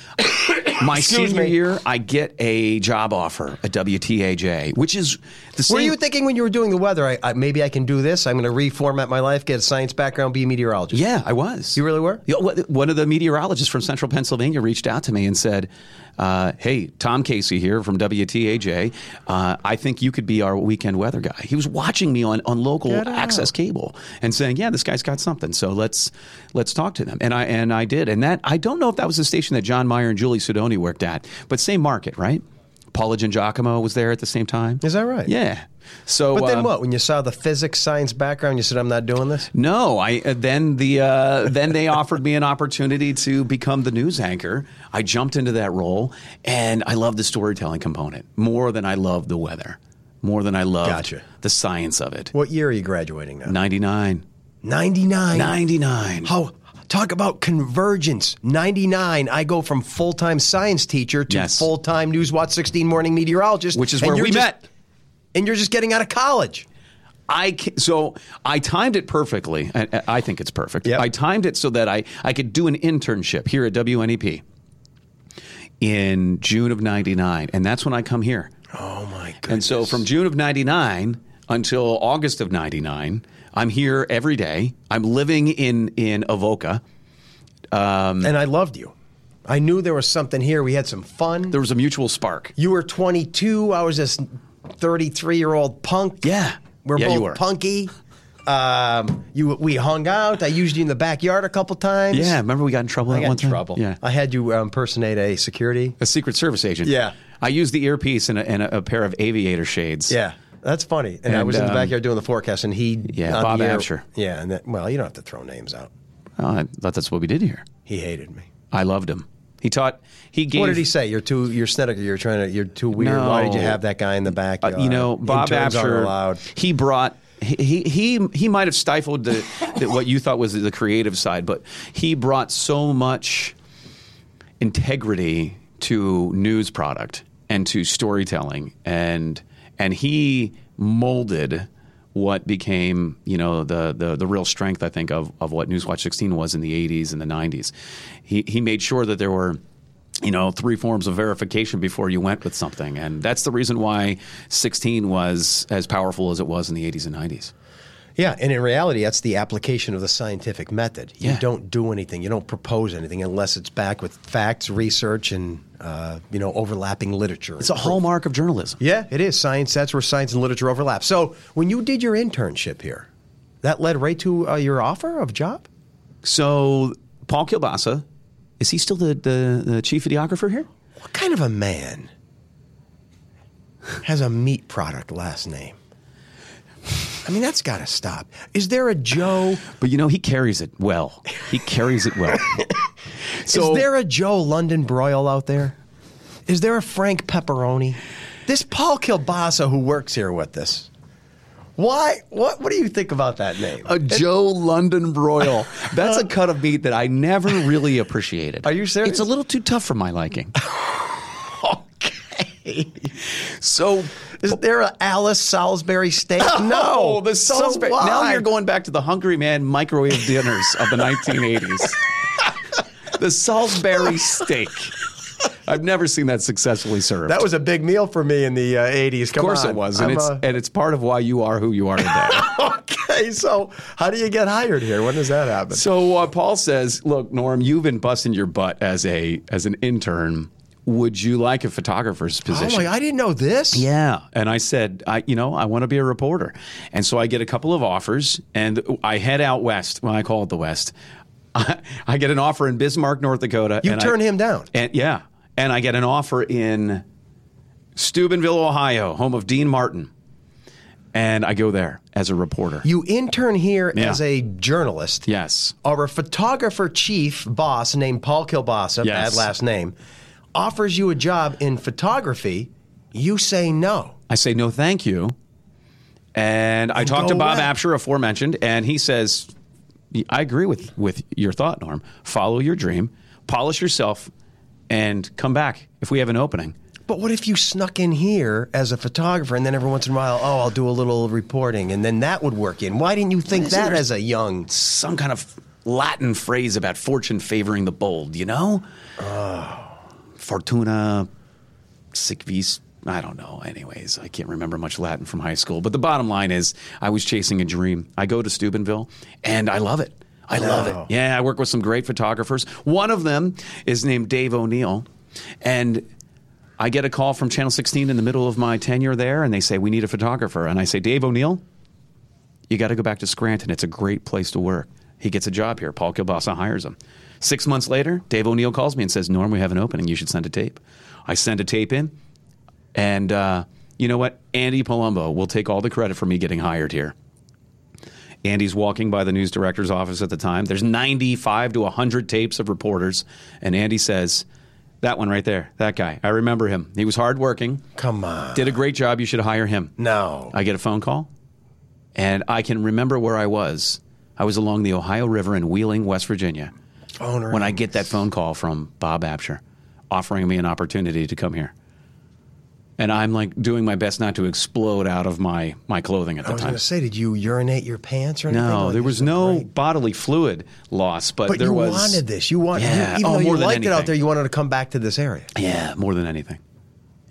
C: my
B: Excuse
C: senior
B: me.
C: year, I get a job offer at WTAJ, which is the same.
B: Were you thinking when you were doing the weather? I, I maybe I can do this. I'm going to reformat my life, get a science background, be a meteorologist.
C: yeah, I was.
B: You really were?
C: You know, what- One of the meteorologists from Central Pennsylvania reached out to me and said, uh, "Hey, Tom Casey here from WTAJ. Uh, I think you could be our weekend weather guy." He was watching me on, on local
B: Get out.
C: access cable and saying, "Yeah, this guy's got something. So let's let's talk to them." And I and I did. And that I don't know if that was the station that John Meyer and Julie Sidoni worked at, but same market, right? Paula Giacomo was there at the same time.
B: Is that right?
C: Yeah. So,
B: But then
C: um,
B: what? When you saw the physics science background, you said, "I'm not doing this."
C: No, I uh, then the uh, then they offered me an opportunity to become the news anchor. I jumped into that role, and I love the storytelling component more than I love the weather, more than I love
B: Gotcha.
C: the science of it.
B: What year are you graduating now?
C: 99.
B: Ninety nine.
C: 99.
B: How talk about convergence? Ninety nine. I go from full time science teacher to
C: Yes.
B: full time Newswatch sixteen morning meteorologist,
C: Which is
B: and
C: where
B: you're
C: we
B: just-
C: met.
B: And you're just getting out of college.
C: I ca- so I timed it perfectly. I, I- I think it's perfect.
B: Yep.
C: I timed it so that I, I could do an internship here at WNEP in June of 99. And that's when I come here.
B: Oh my god!
C: And so from June of 99 until August of 99, I'm here every day. I'm living in in Avoca.
B: and I loved you. I knew there was something here. We had some fun.
C: There was a mutual spark.
B: You were 22. I was this 33 year old punk.
C: Yeah.
B: We're
C: Yeah, you
B: both
C: were.
B: punky. Um, you we hung out. I used you in the backyard a couple times.
C: Yeah, remember we got in trouble
B: I
C: that
B: got
C: one
B: in
C: time?
B: trouble.
C: Yeah.
B: I had you um, impersonate a security.
C: A Secret Service agent.
B: Yeah.
C: I used the earpiece and a, and a, a pair of aviator shades.
B: Yeah, that's funny. And, I
C: And,
B: was in the
C: um,
B: backyard doing the forecast, and he
C: Yeah,
B: on
C: Bob
B: the air-
C: Absher.
B: Yeah, and that, well, you don't have to throw names out.
C: Oh, I thought that's what we did here.
B: He hated me.
C: I loved him. He taught, he gave.
B: What did he say? You're too. You're Snedeker. You're trying to. You're too weird. Why did you
C: No.
B: have that guy in the back?
C: Uh, you know, Bob
B: Interns aren't
C: Absher,
B: allowed.
C: he brought he he he might have stifled the, the what you thought was the creative side, but he brought so much integrity to news product and to storytelling and and he molded what became you know the the, the real strength I think of of what Newswatch 16 was in the 80s and the 90s. He he made sure that there were you know three forms of verification before you went with something, and that's the reason why 16 was as powerful as it was in the 80s and 90s.
B: Yeah, and in reality, that's the application of the scientific method. You
C: Yeah.
B: don't do anything, you don't propose anything unless it's backed with facts, research, and uh, you know overlapping literature.
C: It's a hallmark of journalism.
B: yeah, it is science. That's where science and literature overlap. So when you did your internship here, that led right to uh, your offer of job.
C: So Paul Kilbasa, is he still the, the, the chief videographer here?
B: What kind of a man has a meat product last name? I mean, that's got to stop. Is there a Joe?
C: But you know, he carries it well. He carries it well. so
B: is there a Joe London Broil out there? Is there a Frank Pepperoni? This Paul Kilbasa who works here with us. Why? What? What do you think about that name?
C: a Joe London broil? That's a cut of meat that I never really appreciated.
B: Are you serious?
C: It's a little too tough for my liking.
B: okay.
C: So
B: Is there a Alice Salisbury steak? no,
C: Oh, the
B: So
C: Salisbury. now
B: why?
C: you're going back to the Hungry Man microwave dinners of the 1980s. the Salisbury steak. I've never seen that successfully served.
B: That was a big meal for me in the uh, '80s.
C: of course it was, and it's and it's part of why you are who you are today.
B: okay. So, how do you get hired here? When does that happen?
C: so uh, Paul says, "Look, Norm, you've been busting your butt as a as an intern. Would you like a photographer's
B: Oh
C: position?"
B: my! I didn't know this.
C: Yeah. And I said, I, you know, I want to be a reporter. And so I get a couple of offers and I head out west. Well, I call it the west. I, I get an offer in Bismarck, North Dakota.
B: You
C: and I-
B: turn him down.
C: And yeah. And I get an offer in Steubenville, Ohio, home of Dean Martin. And I go there as a reporter.
B: You intern here
C: Yeah.
B: as a journalist.
C: yes.
B: our photographer chief boss named Paul Kilbasa,
C: Yes.
B: bad last name, offers you a job in photography, you say no.
C: I say, no, thank you. And I talked
B: go
C: to Bob
B: away.
C: Apsher, aforementioned, and he says, I agree with, with your thought, Norm. Follow your dream, polish yourself, and come back if we have an opening.
B: But what if you snuck in here as a photographer and then every once in a while, oh, I'll do a little reporting and then that would work in? Why didn't you think that as a young?
C: Some kind of Latin phrase about fortune favoring the bold, you know? Fortuna, sic vis. I don't know. Anyways, I can't remember much Latin from high school. But the bottom line is, I was chasing a dream. I go to Steubenville, and I love it. I love
B: Wow.
C: it. Yeah, I work with some great photographers. One of them is named Dave O'Neill, and I get a call from Channel 16 in the middle of my tenure there, and they say we need a photographer, and I say, Dave O'Neill, you got to go back to Scranton. It's a great place to work. He gets a job here. Paul Kilbasa hires him. Six months later, Dave O'Neill calls me and says, Norm, we have an opening. You should send a tape. I send a tape in, and uh, you know what? Andy Palumbo will take all the credit for me getting hired here. Andy's walking by the news director's office at the time. There's 95 to 100 tapes of reporters, and Andy says, That one right there, that guy. I remember him. He was hardworking,
B: Come on.
C: did a great job. You should hire him.
B: no.
C: I get a phone call, and I can remember where I was. I was along the Ohio River in Wheeling, West Virginia,
B: Phone
C: when I get that phone call from Bob Absher offering me an opportunity to come here. And I'm like doing my best not to explode out of my, my clothing at
B: I
C: the
B: was going
C: time.
B: to say, did you urinate your pants or anything?
C: No,
B: Like,
C: there
B: this
C: was
B: is
C: no
B: great.
C: bodily fluid loss, but,
B: But
C: there
B: you
C: was.
B: wanted this. You wanted,
C: Yeah.
B: even though
C: Oh, more
B: you
C: than
B: liked it out
C: anything.
B: there, you wanted to come back to this area.
C: Yeah, more than anything.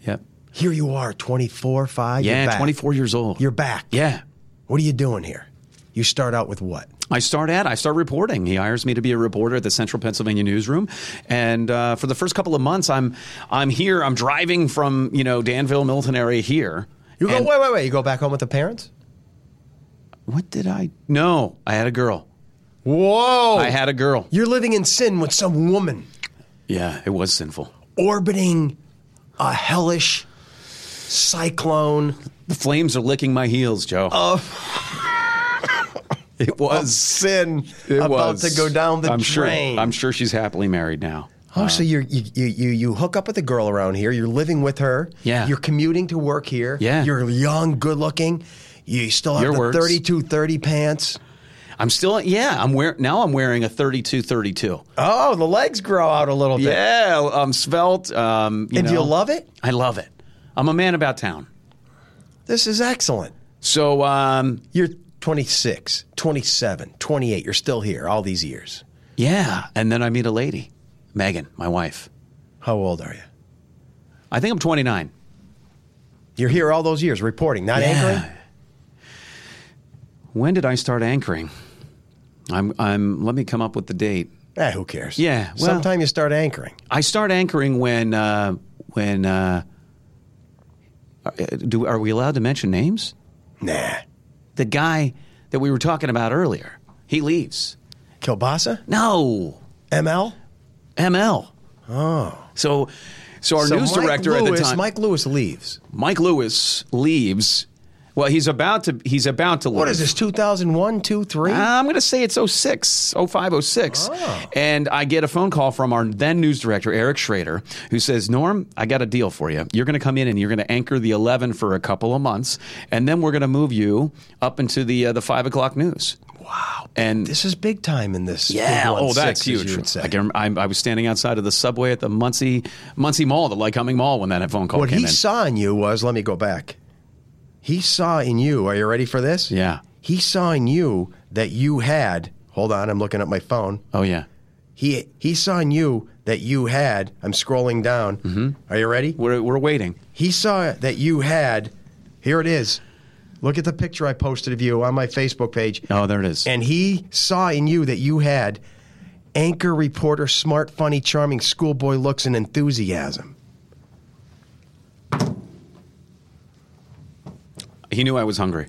C: Yep.
B: Here you are, 24, 5. you're
C: Yeah,
B: back.
C: 24 years old.
B: You're back.
C: Yeah.
B: What are you doing here? You start out with what?
C: I start at, I start reporting. He hires me to be a reporter at the Central Pennsylvania Newsroom, and uh, for the first couple of months, I'm I'm here. I'm driving from you know Danville, Milton area here.
B: You go,
C: And-
B: wait, wait, wait. You go back home with the parents?
C: What did I? No, I had a girl.
B: Whoa.
C: I had a girl.
B: You're living in sin with some woman
C: Yeah, it was sinful.
B: orbiting a hellish cyclone.
C: The flames are licking my heels, Joe. Oh. It was.
B: Sin
C: Oh, It
B: about
C: was.
B: to go down the
C: I'm
B: drain.
C: Sure, I'm sure she's happily married now.
B: Oh, so you're, you you you you hook up with a girl around here. You're living with her.
C: Yeah.
B: You're commuting to work here.
C: Yeah.
B: You're young, good looking. You still have
C: Your
B: the
C: words.
B: 32 30 pants.
C: I'm still. Yeah, I'm wearing now. I'm wearing a 32 32.
B: Oh, the legs grow out a little bit.
C: Yeah, I'm svelte. Um, you
B: And do you
C: know.
B: love it?
C: I love it. I'm a man about town.
B: This is excellent.
C: So um,
B: You're 26, 27, 28. You're still here all these years.
C: yeah, and then I meet a lady, Megan, my wife.
B: How old are you?
C: I think I'm 29.
B: You're here all those years reporting, not anchoring?
C: When did I start anchoring? I'm. I'm. Let me come up with the date.
B: Eh, who cares?
C: Yeah, well-
B: Sometime you start anchoring.
C: I start anchoring when uh, when uh, uh, do are we allowed to mention names?
B: Nah.
C: The guy that we were talking about earlier, he leaves.
B: Kilbasa?
C: No,
B: ML?
C: ML. Oh, so so our
B: So
C: news
B: Mike
C: director
B: Lewis,
C: at the time,
B: Mike Lewis leaves.
C: Mike Lewis, leaves. Well, he's about to he's about to leave.
B: What is this, 2001, 2, 3?
C: I'm going to say it's 06, 05, 06.
B: Oh.
C: And I get a phone call from our then news director, Eric Schrader, who says, Norm, I got a deal for you. You're going to come in and you're going to anchor the 11 for a couple of months, and then we're going to move you up into the uh, the 5 o'clock news. Wow. And
B: this is big time in this.
C: yeah,
B: big one
C: oh,
B: six,
C: that's
B: as
C: huge.
B: You would say.
C: I, can, I, I was standing outside of the subway at the Muncie, Muncie Mall, the Lycoming Mall, when that phone call
B: what
C: came
B: he
C: in.
B: saw in you was, let me go back. He saw in you, are you ready for this?
C: Yeah.
B: He saw in you that you had, hold on, I'm looking at my phone.
C: oh, yeah.
B: He he saw in you that you had, I'm scrolling down.
C: Mm-hmm.
B: Are you ready?
C: We're, we're waiting.
B: He saw that you had, here it is. Look at the picture I posted of you on my Facebook page.
C: Oh, there it is.
B: And he saw in you that you had anchor reporter, smart, funny, charming, schoolboy looks, and enthusiasm.
C: he knew I was hungry.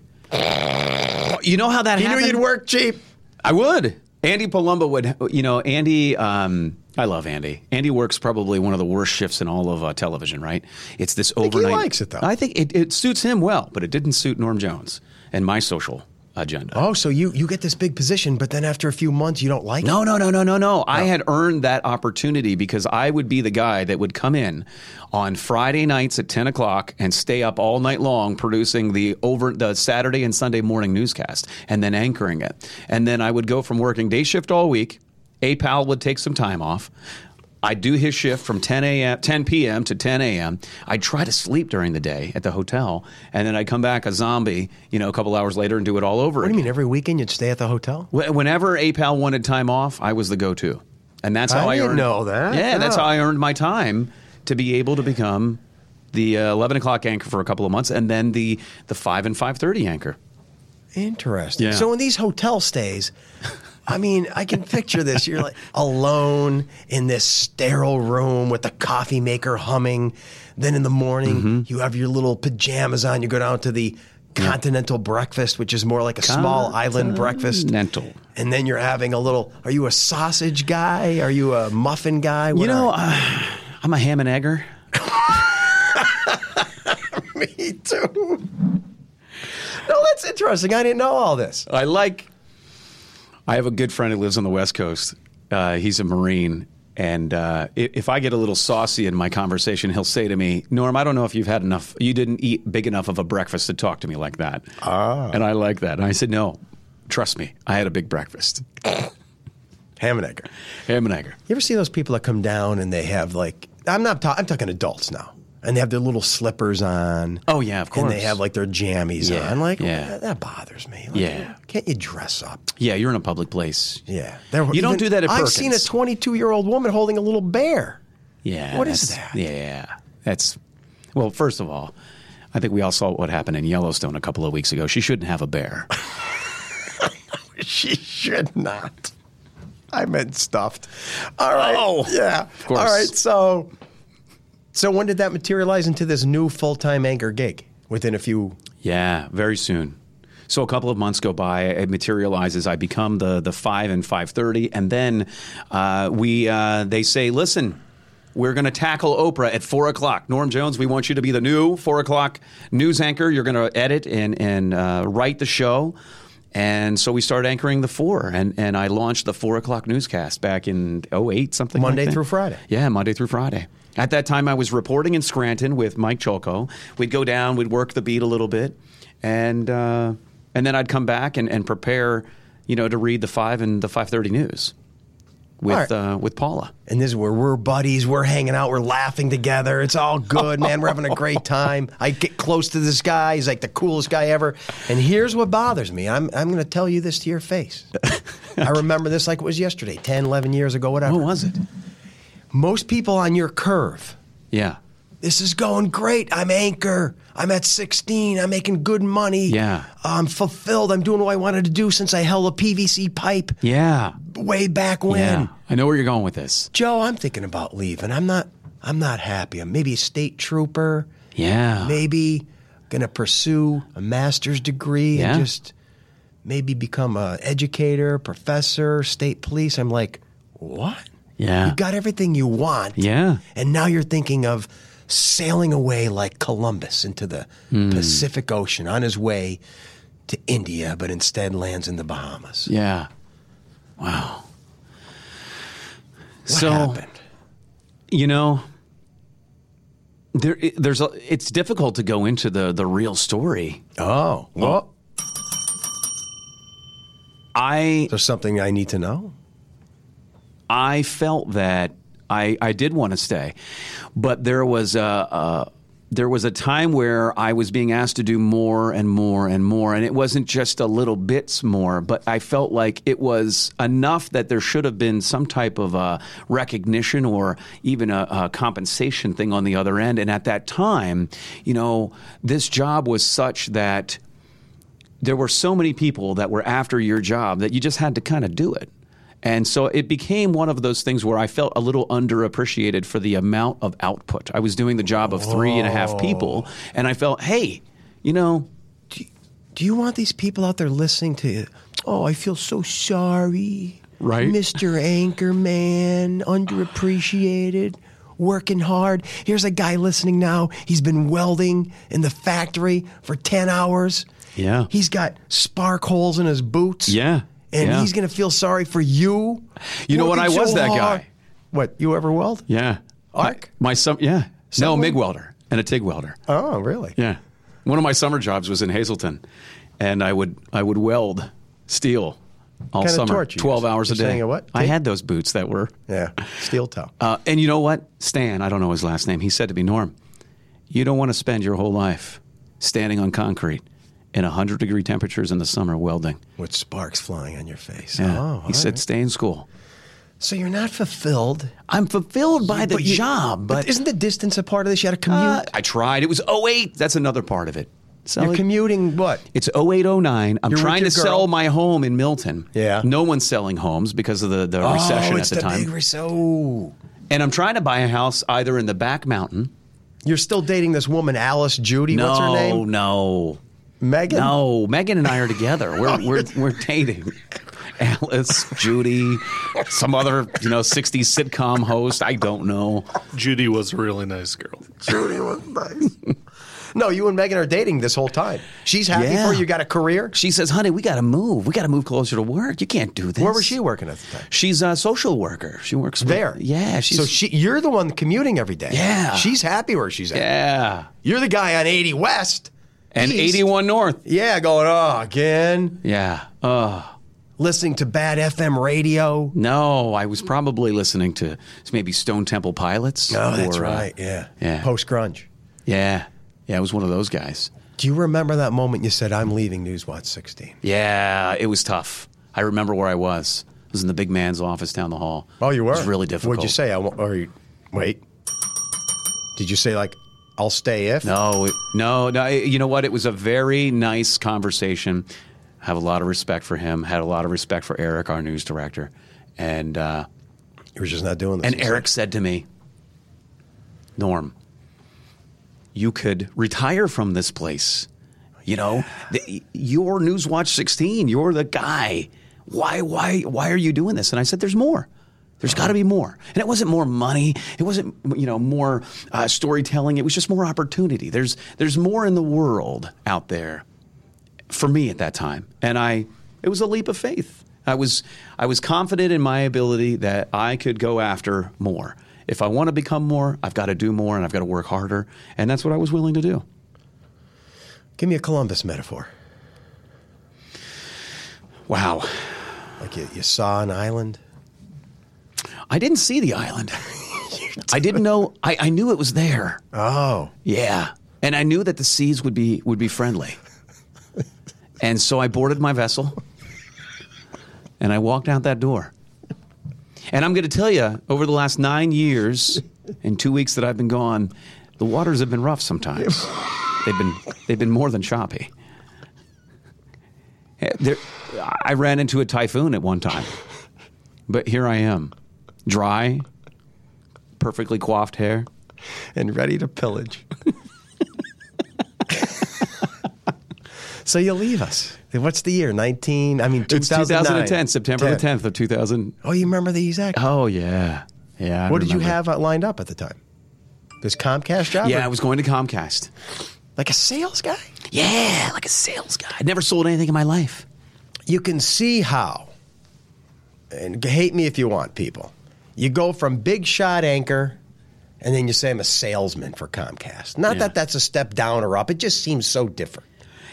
C: You know how that
B: He
C: happened?
B: knew you'd work cheap.
C: I would. Andy Palumbo would. You know, Andy. Um, I love Andy. Andy works probably one of the worst shifts in all of uh, television. Right? It's this
B: he
C: overnight.
B: likes it, though.
C: I think it, it suits him well, but it didn't suit Norm Jones and my social agenda.
B: Oh, so you, you get this big position, but then after a few months, you don't like it?
C: No, no, no, no, no, no. I had earned that opportunity because I would be the guy that would come in on Friday nights at ten o'clock and stay up all night long producing the over the Saturday and Sunday morning newscast and then anchoring it. And then I would go from working day shift all week. A pal would take some time off. I'd do his shift from 10 a.m. 10 p.m. to 10 a.m. I'd try to sleep during the day at the hotel, and then I'd come back a zombie, you know, a couple hours later and do it all over.
B: What do
C: again.
B: you mean, every weekend you'd stay at the hotel?
C: Wh- Whenever APAL wanted time off, I was the go-to, and that's how
B: I
C: I,
B: didn't
C: earned.
B: know that.
C: Yeah, that's
B: Yeah.
C: how I earned my time to be able to become the uh, eleven o'clock anchor for a couple of months, and then the the five and five thirty anchor.
B: Interesting.
C: Yeah.
B: So in these hotel stays, I mean, I can picture this. You're like alone in this sterile room with the coffee maker humming. Then in the morning,
C: Mm-hmm.
B: you have your little pajamas on. You go down to the continental breakfast, which is more like a small island breakfast.
C: Continental.
B: And then you're having a little. Are you a sausage guy? Are you a muffin guy? What
C: You know,
B: are
C: uh, I'm a ham and egger.
B: me too. No, that's interesting. I didn't know all this.
C: I like. I have a good friend who lives on the West Coast. Uh, he's a Marine. And uh, i- if I get a little saucy in my conversation, he'll say to me, Norm, I don't know if you've had enough, you didn't eat big enough of a breakfast to talk to me like that. Ah. And I like that. And I said, no, trust me, I had a big breakfast.
B: Ham and egg.
C: Ham and egger.
B: You ever see those people that come down and they have like I'm not ta- I'm talking adults now, and they have their little slippers on.
C: Oh, yeah, of
B: And
C: course.
B: they have like their jammies
C: Yeah,
B: on. Like
C: yeah.
B: that, that bothers me. Like,
C: Yeah.
B: can't you dress up?
C: Yeah, you're in a public place.
B: Yeah, There were
C: You don't do that at
B: I've
C: Perkins.
B: seen a 22 year old woman holding a little bear.
C: Yeah.
B: What is
C: that's-
B: that?
C: Yeah. That's, well, first of all, I think we all saw what happened in Yellowstone a couple of weeks ago. She shouldn't have a bear.
B: She should not. I meant stuffed. All right.
C: Oh,
B: yeah.
C: course.
B: All right. So, so when did that materialize into this new full time anchor gig? Within a few.
C: Yeah, very soon. So a couple of months go by. It materializes. I become the the five and five thirty, and then uh, we uh, they say, listen. We're going to tackle Oprah at four o'clock. Norm Jones, we want you to be the new four o'clock news anchor. You're going to edit and and uh, write the show, and so we start anchoring the four. and And I launched the four o'clock newscast back in 08, something like
B: Monday
C: that.
B: through Friday.
C: Yeah, Monday through Friday. At that time, I was reporting in Scranton with Mike Cholko. We'd go down, we'd work the beat a little bit, and uh, and then I'd come back and, and prepare, you know, to read the five and the five thirty news. with
B: All right.
C: uh, with Paula.
B: and this is where we're buddies. We're hanging out. We're laughing together. It's all good, man. We're having a great time. I get close to this guy. He's like the coolest guy ever. And here's what bothers me. I'm, I'm going to tell you this to your face. I remember this like it was yesterday, 10, 11 years ago, whatever.
C: What was it?
B: Most people on your curve,
C: Yeah,
B: this is going great. I'm anchor. I'm at 16. I'm making good money.
C: Yeah.
B: I'm fulfilled. I'm doing what I wanted to do since I held a PVC pipe
C: yeah,
B: way back when.
C: yeah. I know where you're going with this.
B: Joe, I'm thinking about leaving. I'm not. I'm not happy. I'm maybe a state trooper.
C: Yeah,
B: Maybe gonna pursue a master's degree
C: Yeah.
B: and just maybe become a educator, professor, state police. I'm like, what?
C: yeah,
B: You got everything you want.
C: yeah.
B: And now you're thinking of sailing away like Columbus into the
C: Hmm.
B: Pacific Ocean on his way to India, but instead lands in the Bahamas.
C: Yeah. Wow.
B: What
C: so
B: happened?
C: you know, there i- there's a, it's difficult to go into the the real story.
B: Oh, well,
C: I
B: there's something I need to know.
C: I felt that I I did want to stay, but there was a. a there was a time where I was being asked to do more and more and more, and it wasn't just a little bits more, but I felt like it was enough that there should have been some type of uh, recognition or even a, a compensation thing on the other end. And at that time, you know, this job was such that there were so many people that were after your job that you just had to kind of do it. And so it became one of those things where I felt a little underappreciated for the amount of output. I was doing the job of three and a half people, and I felt, hey, you know,
B: Do you want these people out there listening to, oh, I feel so sorry.
C: Right.
B: Mr. Anchorman, underappreciated, working hard. Here's a guy listening now. He's been welding in the factory for 10 hours.
C: Yeah.
B: He's got spark holes in his boots.
C: Yeah,
B: And
C: yeah.
B: he's going to feel sorry for you.
C: You know what?
B: Working
C: I was that guy.
B: What? You ever weld?
C: yeah,
B: Arc?
C: my, my sum, yeah, no
B: Someone-
C: MIG welder and a TIG welder.
B: Oh, really?
C: Yeah. One of my summer jobs was in Hazleton, and I would I would weld steel all
B: Kinda
C: summer,
B: torture you.
C: twelve hours a
B: You're saying
C: day.
B: a what?
C: I had those boots that were.
B: Yeah. Steel toe.
C: Uh, and you know what? Stan, I don't know his last name. He said to me, Norm, you don't want to spend your whole life standing on concrete in 100 degree temperatures in the summer welding.
B: With sparks flying on your face.
C: Yeah.
B: Oh, all
C: he said,
B: right.
C: stay in school.
B: so you're not fulfilled.
C: I'm fulfilled by the
B: But you-
C: job, but,
B: isn't the distance a part of this? You had to commute.
C: uh, I tried. It was 08. That's another part of it. So
B: You're
C: it-
B: commuting what?
C: It's 0809. I'm
B: You're with
C: trying to
B: your
C: sell
B: girl.
C: my home in Milton.
B: Yeah.
C: No one's selling homes because of the, the recession
B: oh,
C: at
B: it's
C: the,
B: the,
C: time.
B: big recession. Oh.
C: and I'm trying to buy a house either in the back mountain.
B: You're still dating this woman, Alice Judy.
C: No,
B: What's her name?
C: no.
B: Megan.
C: No, Megan and I are together.
B: Oh,
C: We're we're we're dating. Alice, Judy, some other you know '60s sitcom host. I don't know.
D: Judy was a really nice girl.
B: Judy was nice. no, you and Megan are dating this whole time. She's happy
C: Yeah.
B: for you. Got a career.
C: She says, "Honey, we got to move. We got to move closer to work. You can't do this."
B: Where was she working at the time?
C: She's a social worker. She works with-
B: There.
C: Yeah, she's
B: so she, you're the one commuting every day.
C: Yeah.
B: She's happy where she's at.
C: yeah,
B: You're the guy on 80 West.
C: and
B: East.
C: 81 North.
B: Yeah, going, oh, again.
C: Yeah. Oh
B: Listening to bad FM radio.
C: no, I was probably listening to maybe Stone Temple Pilots.
B: Oh, that's
C: or, uh,
B: right. Yeah.
C: yeah.
B: Post grunge.
C: yeah, yeah. I was one of those guys.
B: Do you remember that moment you said, I'm leaving Newswatch 16?
C: Yeah, it was tough. I remember where I was. I was in the big man's office down the hall.
B: Oh, you were?
C: It was really difficult.
B: What'd you say? I won't, or you, wait. Did you say, like, I'll stay if?
C: No, it, no, no. it- You know what? It was a very nice conversation. I have a lot of respect for him. Had a lot of respect for Eric, our news director, and uh,
B: You were just not doing this.
C: and
B: You said,
C: Eric said to me, Norm, you could retire from this place. You know, the, you're Newswatch 16. You're the guy. Why, why, why are you doing this? And I said, there's more. There's got to be more. And it wasn't more money. It wasn't, you know, more uh, storytelling. It was just more opportunity. There's, there's more in the world out there for me at that time. And I, it was a leap of faith. I was, I was confident in my ability that I could go after more. If I want to become more, I've got to do more and I've got to work harder. And that's what I was willing to do.
B: Give me a Columbus metaphor.
C: Wow.
B: Like, you, you saw an island,
C: I didn't see the island. I didn't know. I, I knew it was there.
B: Oh.
C: Yeah, and I knew that the seas would be would be friendly, and so I boarded my vessel, and I walked out that door. And I'm going to tell you, over the last nine years and two weeks that I've been gone, the waters have been rough. Sometimes they've been they've been more than choppy. Eh, There, I ran into a typhoon at one time, but here I am, dry, perfectly coiffed hair.
B: And ready to pillage. so you leave us. What's the year? 19, I mean, 2009.
C: It's 2010, September
B: 10.
C: the 10th of 2000.
B: Oh, you remember the exact?
C: Oh, yeah. Yeah. I
B: what did you
C: remember.
B: have uh, lined up at the time? This Comcast job?
C: Yeah,
B: or-
C: I was going to Comcast.
B: like a sales guy?
C: Yeah, like a sales guy. I never sold anything in my life.
B: you can see how, and g- hate me if you want, people. You go from big shot anchor, and then you say I'm a salesman for Comcast. Not
C: Yeah.
B: that that's a step down or up. It just seems so different.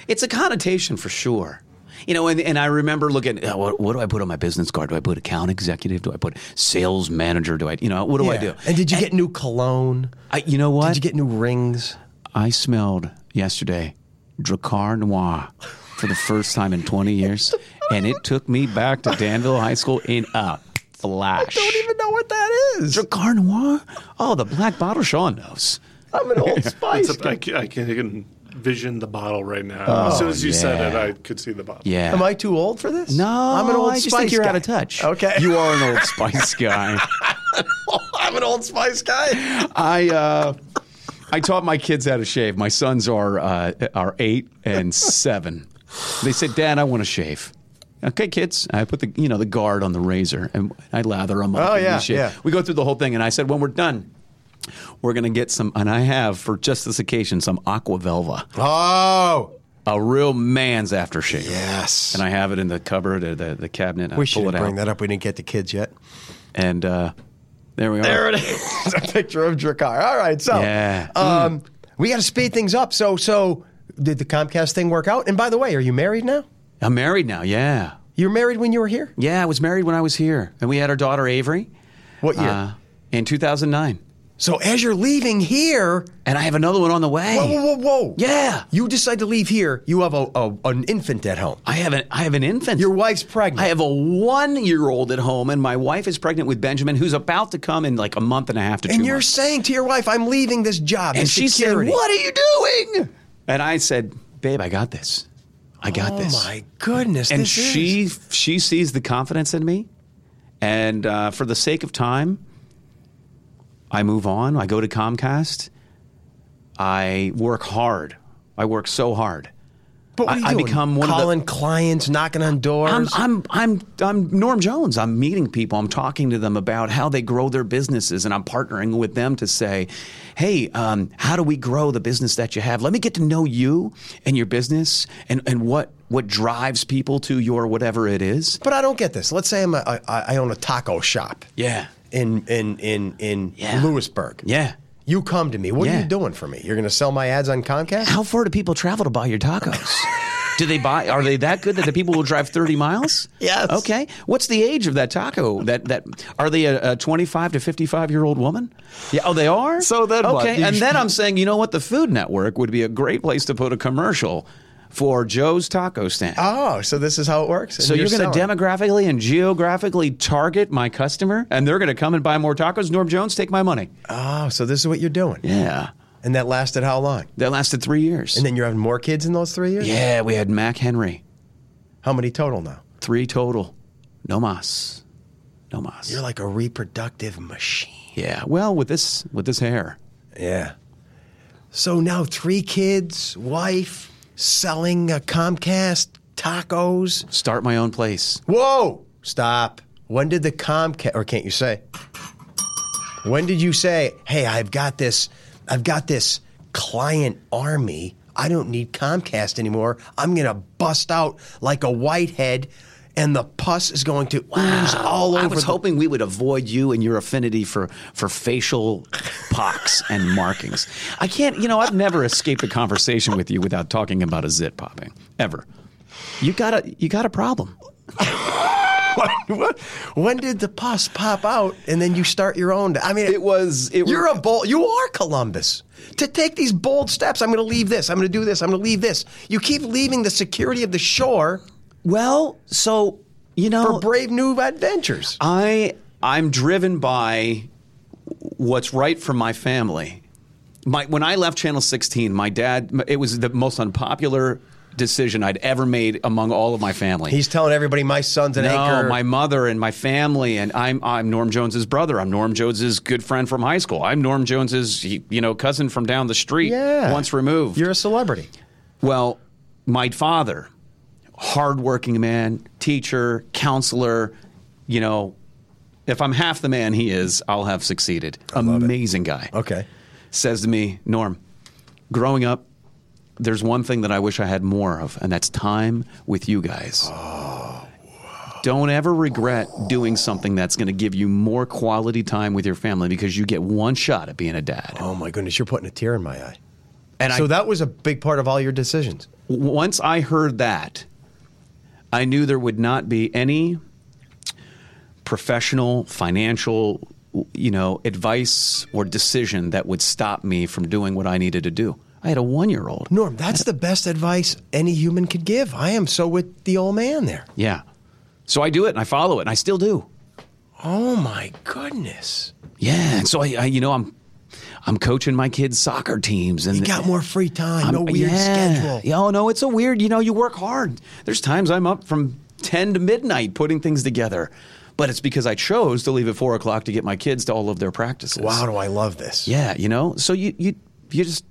C: It's a connotation for sure. You know, and, and I remember looking, uh, what, what do I put on my business card? Do I put account executive? Do I put sales manager? Do I, you know, what do I do?
B: And did you get new cologne?
C: I, you know what?
B: Did you get new rings?
C: I smelled yesterday Dracar Noir for the first time in 20 years, and it took me back to Danville High School in a flash.
B: even know what that is.
C: Dracar Noir? Oh, the black bottle Sean knows.
B: I'm an old Spice.
D: Except I, ca- I can, I can vision the bottle right now.
B: Oh,
D: as soon as you said it, I could see the bottle.
C: Yeah.
B: Am I too old for this?
C: No,
B: I'm an old
C: I just
B: Spice
C: think you're
B: guy.
C: out of touch.
B: Okay,
C: You are an old Spice guy.
B: I'm an old Spice guy.
C: I uh, I taught my kids how to shave. My sons are uh, are eight and seven. They said, "Dad, I want to shave." Okay, kids. I put the you know the guard on the razor and I lather them up.
B: Oh,
C: and we
B: yeah,
C: shave.
B: yeah.
C: We go through the whole thing, and I said, "When we're done." We're gonna get some, and I have for just this occasion some aqua velva,
B: Oh,
C: a real man's aftershave.
B: yes.
C: and I have it in the cupboard or the, the cabinet. And I
B: we
C: pull
B: should
C: it out,
B: bring that up. We didn't get the kids yet.
C: and uh, there we are.
B: There it is. a picture of Drakkar. All right, so
C: Yeah.
B: um, we got to speed things up. So, so did the Comcast thing work out? And by the way, are you married now?
C: I'm married now. Yeah,
B: You were married when you were here.
C: Yeah, I was married when I was here, and we had our daughter Avery
B: What year?
C: uh, in 2009.
B: so as you're leaving here,
C: And I have another one on the way.
B: whoa, whoa, whoa, whoa!
C: Yeah,
B: you decide to leave here. You have a, a an infant at home.
C: I have an I have an infant.
B: Your wife's pregnant.
C: I have a one year old at home, and my wife is pregnant with Benjamin, who's about to come in like a month and a half to two
B: and you're
C: months.
B: saying to your wife, "I'm leaving this job."
C: and
B: this
C: she said,
B: security."
C: "What are you doing?" And I said, "Babe, I got this. I got
B: Oh
C: this."
B: my goodness!
C: and
B: this
C: she
B: is-
C: she sees the confidence in me, and uh, for the sake of time, I move on. I go to Comcast. I work hard. I work so hard.
B: But what are you
C: I- I
B: doing?
C: become one of the-
B: calling clients, knocking on doors.
C: I'm, I'm I'm I'm Norm Jones. I'm meeting people. I'm talking to them about how they grow their businesses, and I'm partnering with them to say, "Hey, um, how do we grow the business that you have? Let me get to know you and your business, and and what what drives people to your whatever it is."
B: But I don't get this. Let's say I'm a, I, I own a taco shop
C: Yeah,
B: in in in in
C: Yeah.
B: Lewisburg.
C: yeah.
B: You come to me. What are
C: Yeah.
B: you doing for me? You're going to sell my ads on Comcast?
C: how far do people travel to buy your tacos? do they buy? Are they that good that the people will drive thirty miles?
B: Yes.
C: Okay. What's the age of that taco? That that are they a, a twenty-five to fifty-five year old woman? Yeah. Oh, they are.
B: So then
C: okay.
B: what? You-
C: And then I'm saying, you know what? The Food Network would be a great place to put a commercial for Joe's Taco Stand.
B: Oh, so this is how it works.
C: so you're, going to
B: demo.
C: demographically and geographically target my customer, and they're going to come and buy more tacos. Norm Jones, take my money.
B: Oh, so this is what you're doing.
C: Yeah.
B: And that lasted how long?
C: That lasted three years.
B: And then you're having more kids in those three years.
C: yeah, we had Mac Henry.
B: How many total now?
C: Three total. No mas. No mas.
B: You're like a reproductive machine.
C: yeah. Well, with this with this hair.
B: Yeah. So now three kids, wife, selling a Comcast tacos.
C: Start my own place.
B: Whoa! Stop. When did the Comcast, or can't you say? When did you say, hey, I've got this, I've got this client army. I don't need Comcast anymore. I'm going to bust out like a whitehead and the pus is going to ooze all over
C: I was
B: the-
C: hoping we would avoid you and your affinity for for facial pox and markings. I can't, you know, I've never escaped a conversation with you without talking about a zit popping ever. You got a you got a problem.
B: what, what, when did the pus pop out and then you start your own? I mean,
C: It was- it
B: you're
C: was-
B: a bold. You are Columbus. To take these bold steps, I'm going to leave this. I'm going to do this. I'm going to leave this. You keep leaving the security of the shore
C: Well, so you know,
B: for brave new adventures.
C: I I'm driven by what's right for my family. My when I left Channel 16, my dad it was the most unpopular decision I'd ever made among all of my family.
B: He's telling everybody my son's an
C: no,
B: anchor.
C: my mother and my family, and I'm I'm Norm Jones's brother. I'm Norm Jones's good friend from high school. I'm Norm Jones's you know cousin from down the street.
B: yeah.
C: once removed.
B: You're a celebrity.
C: Well, my father, hardworking man, teacher, counselor, you know, if I'm half the man he is, I'll have succeeded. Amazing guy.
B: Okay.
C: Says to me, Norm, growing up, there's one thing that I wish I had more of, and that's time with you guys. Don't ever regret doing something that's going to give you more quality time with your family because you get one shot at being a dad.
B: Oh my goodness, you're putting a tear in my eye.
C: And
B: so
C: I,
B: that was a big part of all your decisions.
C: once I heard that, I knew there would not be any professional, financial, you know, advice or decision that would stop me from doing what I needed to do. I had a one-year-old.
B: Norm, that's the best advice any human could give. I am so with the old man there.
C: Yeah. So I do it and I follow it and I still do.
B: Oh my goodness.
C: Yeah. And so I, I you know, I'm I'm coaching my kids' soccer teams and
B: You got more free time, no
C: I'm-
B: weird
C: yeah.
B: schedule.
C: Yeah, oh no, it's a weird. You know, you work hard. There's times I'm up from ten to midnight putting things together, but it's because I chose to leave at four o'clock to get my kids to all of their practices.
B: Wow, do I love this.
C: Yeah, you know. So you you you just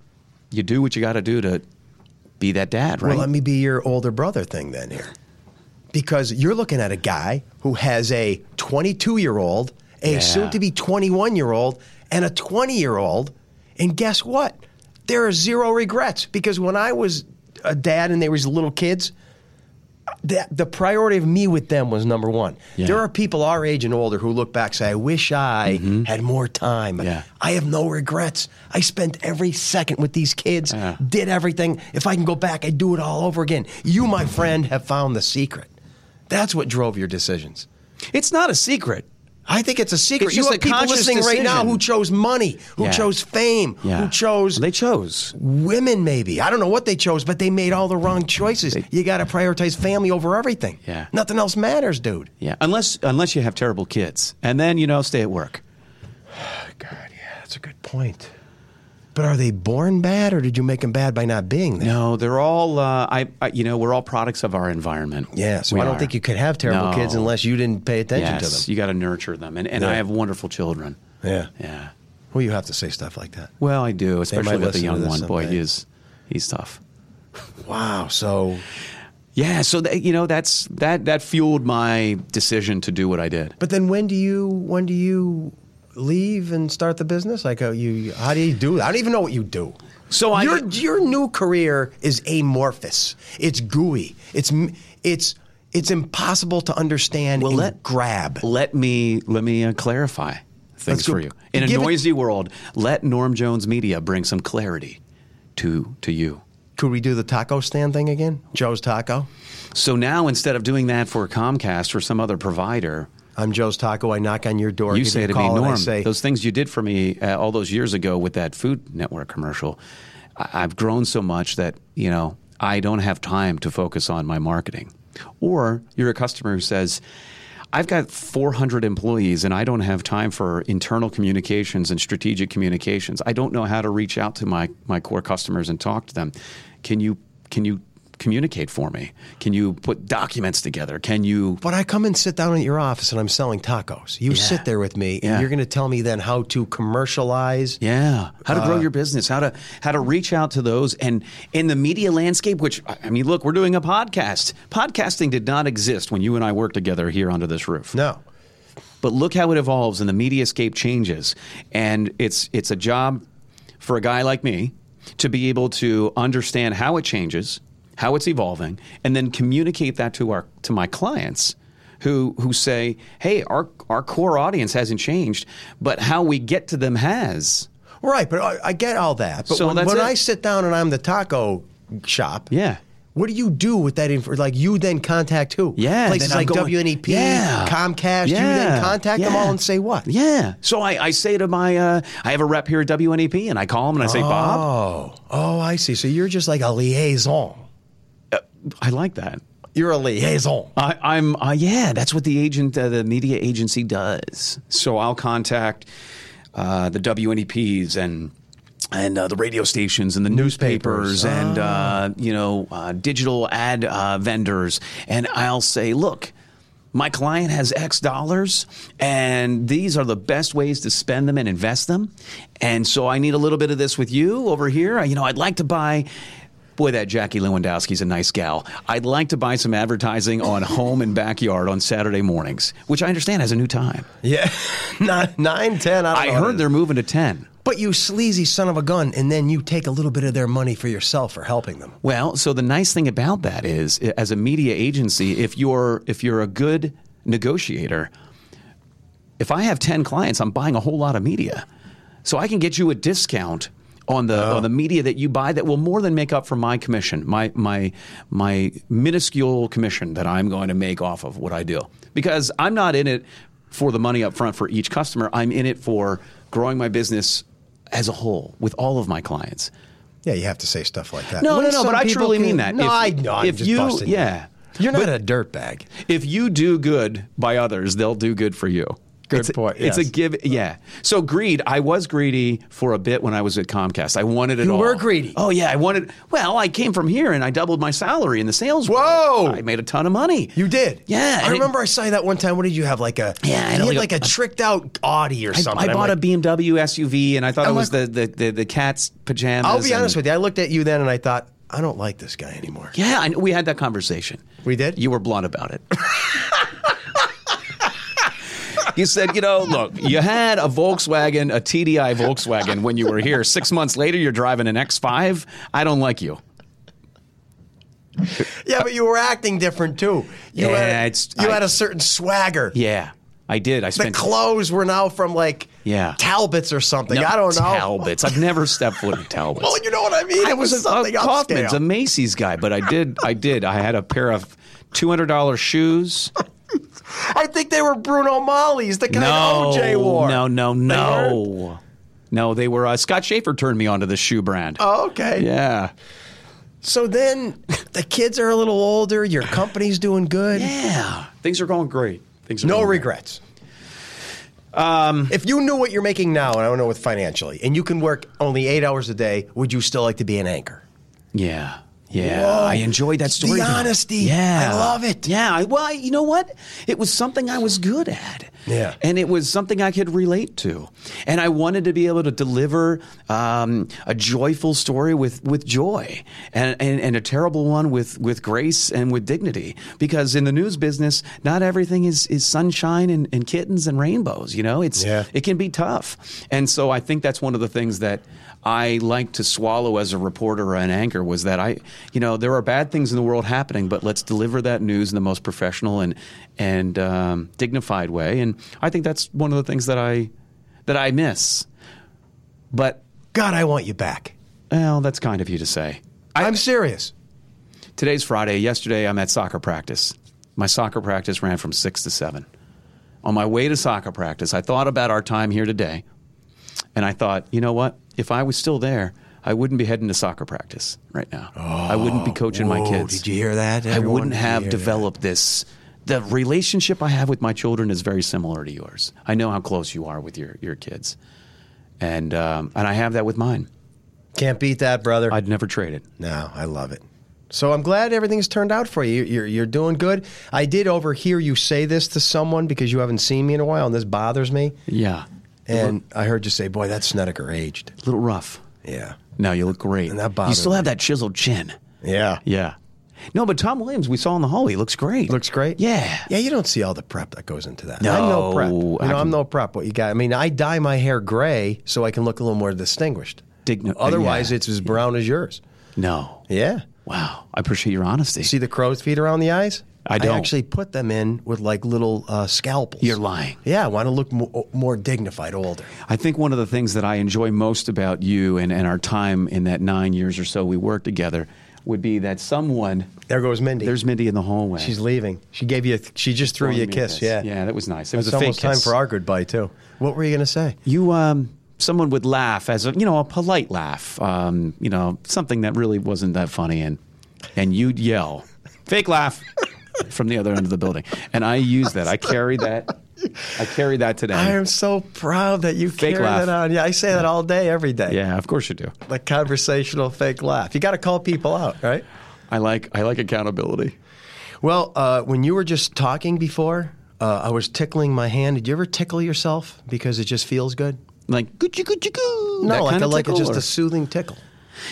C: you do what you got to do to be that dad, right?
B: Well, let me be your older brother thing then here. Because you're looking at a guy who has a 22 year old, a
C: Yeah.
B: soon to be 21 year old, and a 20 year old. And guess what? There are zero regrets because when I was a dad and they was little kids, the, the priority of me with them was number one.
C: Yeah.
B: There are people our age and older who look back and say, I wish I had more time.
C: Mm-hmm. Yeah.
B: I have no regrets. I spent every second with these kids,
C: Yeah.
B: did everything. If I can go back, I'd do it all over again. You, my friend, have found the secret. That's what drove your decisions.
C: it's not a secret.
B: I think it's a secret.
C: It's
B: you
C: just
B: have
C: a
B: people
C: conscious
B: listening right now
C: decision.
B: who chose money, who
C: Yeah.
B: chose fame, who chose
C: They chose.
B: women, maybe. I don't know what they chose, but they made all the wrong choices. you got to prioritize family over everything.
C: Yeah.
B: Nothing else matters, dude.
C: Yeah, unless unless you have terrible kids, and then you know stay at work.
B: God, yeah, that's a good point. But are they born bad, or did you make them bad by not being there?
C: No, they're all. Uh, I, I you know we're all products of our environment.
B: Yeah, so
C: We
B: I don't
C: are.
B: think you could have terrible
C: No.
B: kids unless you didn't pay attention
C: yes,
B: to them.
C: you got to nurture them, and, and
B: Yeah.
C: I have wonderful children.
B: Yeah.
C: Yeah.
B: Well, you have to say stuff like that.
C: Well, I do, especially with the
B: listen to
C: young
B: this
C: one. Boy,
B: someday.
C: he is he's tough.
B: Wow. So,
C: Yeah, so that, you know that's that that fueled my decision to do what I did.
B: but then when do you when do you leave and start the business? Like, uh, you how do you do? that? I don't even know what you do.
C: So I-
B: your your new career is amorphous. It's gooey. It's m- it's it's impossible to understand
C: Well,
B: and
C: let-
B: grab.
C: Let me let me uh, clarify
B: Let's
C: things
B: go-
C: for you. In a
B: give it-
C: noisy world, let Norm Jones Media bring some clarity to to you.
B: Could we do the taco stand thing again? Joe's Taco.
C: So now instead of doing that for Comcast or some other provider,
B: I'm Joe's Taco. I knock on your door.
C: you
B: give
C: say
B: a
C: to me,
B: call, and I
C: Norm,
B: say,
C: those things you did for me uh, all those years ago with that Food Network commercial, I- I've grown so much that you know I don't have time to focus on my marketing. Or you're a customer who says, I've got 400 employees and I don't have time for internal communications and strategic communications. I don't know how to reach out to my my core customers and talk to them. Can you can you communicate for me? Can you put documents together? Can you
B: But I come and sit down at your office and I'm selling tacos. You sit there with me and
C: Yeah.
B: you're going to tell me then how to commercialize.
C: Yeah, how to grow your business, how to how to reach out to those, and in the media landscape, which I I mean, look, we're doing a podcast. Podcasting did not exist when you and I worked together here under this roof.
B: No.
C: But look how it evolves, and the mediascape changes, and it's it's a job for a guy like me to be able to understand how it changes, how it's evolving, and then communicate that to our to my clients. Who, who say, hey, our, our core audience hasn't changed, but how we get to them has.
B: Right, but I, I get all that. But
C: So
B: when,
C: that's
B: when
C: it.
B: I sit down and I'm the taco shop,
C: Yeah.
B: What do you do with that info? Like you then contact who?
C: Yeah,
B: places
C: then I'm
B: like
C: going-
B: WNEP,
C: Yeah.
B: Comcast. You
C: Yeah.
B: then contact them
C: Yeah.
B: all and say what?
C: Yeah. So I, I say to my, uh, I have a rep here at WNEP, and I call him and I say, Bob,
B: Oh, oh, I see. So you're just like a liaison.
C: I like that.
B: You're a liaison.
C: I, I'm, uh, yeah, that's what the agent, uh, the media agency does. So I'll contact uh, the WNEPs and and uh, the radio stations and the newspapers,
B: Newspapers.
C: and uh, you know uh, digital ad uh, vendors, and I'll say, look. My client has X dollars, and these are the best ways to spend them and invest them. And so I need a little bit of this with you over here. Uh, You know, I'd like to buy. Boy, that Jackie Lewandowski's a nice gal. I'd like to buy some advertising on home and backyard on Saturday mornings, which I understand has a new time.
B: Yeah, nine, nine, ten. I, don't
C: I
B: know
C: heard
B: they're.
C: they're moving to 10.
B: But you sleazy son of a gun, and then you take a little bit of their money for yourself for helping them.
C: Well, so the nice thing about that is, i- as a media agency, if you're if you're a good negotiator, if I have ten clients, I'm buying a whole lot of media, so I can get you a discount on the on the media that you buy that will more than make up for my commission, my my my minuscule commission that I'm going to make off of what I do, because I'm not in it for the money up front for each customer. I'm in it for growing my business as a whole with all of my clients.
B: Yeah, you have to say stuff like that.
C: No,
B: When
C: no, no,
B: some
C: but I
B: people
C: truly
B: can-
C: mean that.
B: No,
C: If-
B: I know. I'm
C: if
B: just
C: you-
B: busting
C: yeah.
B: you. are not a dirtbag.
C: if you do good by others, they'll do good for you.
B: Good
C: it's,
B: point,
C: It's
B: yes.
C: a give. Yeah. So greed. I was greedy for a bit when I was at Comcast. I wanted it
B: You
C: all.
B: were greedy.
C: Oh yeah, I wanted. Well, I came from here and I doubled my salary in the sales. world.
B: Whoa!
C: I made a ton of money.
B: You did.
C: Yeah,
B: I
C: and it-
B: remember I saw you that one time. What did you have? Like a
C: Yeah, I
B: you had
C: don't
B: like
C: think-
B: a, tricked out Audi or
C: I,
B: something.
C: I
B: I'm
C: bought
B: like,
C: a BMW SUV and I thought
B: I'm
C: it was
B: like-
C: the, the, the the cat's pajamas.
B: I'll be honest with you. I looked at you then and I thought, I don't like this guy anymore.
C: Yeah, I, we had that conversation.
B: We did?
C: You were blunt about it. You said, you know, look, you had a Volkswagen, a TDI Volkswagen when you were here. Six months later, you're driving an X5. I don't like you.
B: Yeah, but you were acting different too. You
C: Yeah,
B: had,
C: it's-
B: you
C: I-
B: had a certain swagger.
C: Yeah, I did. I
B: The
C: spent
B: clothes were now from like
C: Yeah.
B: Talbots or something.
C: No,
B: I don't know.
C: Talbots. I've never stepped foot in Talbots.
B: Well, you know what I mean.
C: I
B: It
C: was, a, a
B: something
C: Kaufman's,
B: upscale.
C: a Macy's guy, but I did, I did. I had a pair of two hundred dollars shoes.
B: I think they were Bruno Molly's, the kind
C: No,
B: OJ wore.
C: no, no,
B: weren't?
C: no, no. They were. Uh, Scott Schaefer turned me onto the shoe brand.
B: Oh, okay.
C: Yeah.
B: So then the kids are a little older. Your company's doing good.
C: Yeah. Things are going great. Things are
B: No
C: going great.
B: regrets. Um, if you knew what you're making now, and I don't know with financially, and you can work only eight hours a day, would you still like to be an anchor?
C: Yeah. Yeah.
B: Whoa.
C: I enjoyed that
B: The
C: story. though.
B: honesty.
C: Yeah.
B: I love it.
C: Yeah. I, well, I, you know what? It was something I was good at.
B: Yeah.
C: And it was something I could relate to. And I wanted to be able to deliver um, a joyful story with, with joy and, and, and a terrible one with, with grace and with dignity. Because in the news business, not everything is, is sunshine and, and kittens and rainbows. You know, it's,
B: Yeah.
C: it can be tough. And so I think that's one of the things that I like to swallow as a reporter or an anchor was that I, you know, there are bad things in the world happening, but let's deliver that news in the most professional and and um, dignified way. And I think that's one of the things that I that I miss. But
B: God, I want you back.
C: well, that's kind of you to say.
B: I, am serious.
C: Today's Friday. Yesterday, I'm at soccer practice. My soccer practice ran from six to seven. On my way to soccer practice, I thought about our time here today, and I thought, you know what? If I was still there, I wouldn't be heading to soccer practice right now. I wouldn't be coaching my
B: Whoa,
C: kids.
B: Oh, did you hear that,
C: I
B: everyone?
C: wouldn't
B: Did you
C: have
B: hear that?
C: developed this. The relationship I have with my children is very similar to yours. I know how close you are with your, your kids, and um, and I have that with mine.
B: Can't beat that, brother.
C: I'd never trade it.
B: No, I love it. So I'm glad everything's turned out for you. You're, you're doing good. I did overhear you say this to someone because you haven't seen me in a while, and this bothers me.
C: Yeah,
B: And I heard you say, "Boy, that Snedeker aged."
C: a little rough.
B: Yeah,
C: No, you look great.
B: And that
C: you
B: bothered
C: still have that chiseled chin.
B: yeah,
C: Yeah. No, but Tom Williams, we saw in the hallway, he looks great.
B: Looks great.
C: Yeah.
B: yeah. You don't see all the prep that goes into that. I'm no prep. You
C: No, I
B: know, I'm
C: can-
B: no prep. What you got? I mean, I dye my hair gray so I can look a little more distinguished.
C: Digni-
B: Otherwise,
C: uh, yeah.
B: it's as brown as yours.
C: No.
B: Yeah.
C: Wow. I appreciate your honesty.
B: See the crow's feet around the eyes?
C: I don't.
B: actually put them in with like little uh, scalpels.
C: You're lying.
B: Yeah, I want to look mo- more dignified, older.
C: I think one of the things that I enjoy most about you and, and our time in that nine years or so we worked together, would be that someone.
B: There goes Mindy.
C: There's Mindy in the hallway.
B: She's leaving. She gave you. A, she just threw
C: Throwing
B: you a
C: me
B: kiss. Yeah.
C: yeah, that was nice. It was
B: It's
C: a fake
B: almost time
C: kiss.
B: for our goodbye too. What were you gonna say?
C: You, um, someone would laugh as a you know a polite laugh, um, you know something that really wasn't that funny, and and you'd yell, fake laugh. From the other end of the building, and I use that. I carry that. I carry that today.
B: I am so proud that you
C: Fake
B: carry
C: laugh.
B: that on. Yeah, I say that all day, every day.
C: yeah, of course you do.
B: The conversational fake laugh. You got to call people out, right?
C: I like I like accountability.
B: Well, uh, when you were just talking before, uh, I was tickling my hand. Did you ever tickle yourself because it just feels good?
C: Like goochie goochie goo.
B: No,
C: that
B: like
C: kinda
B: a, like a,
C: tickle,
B: just
C: or-
B: a soothing tickle.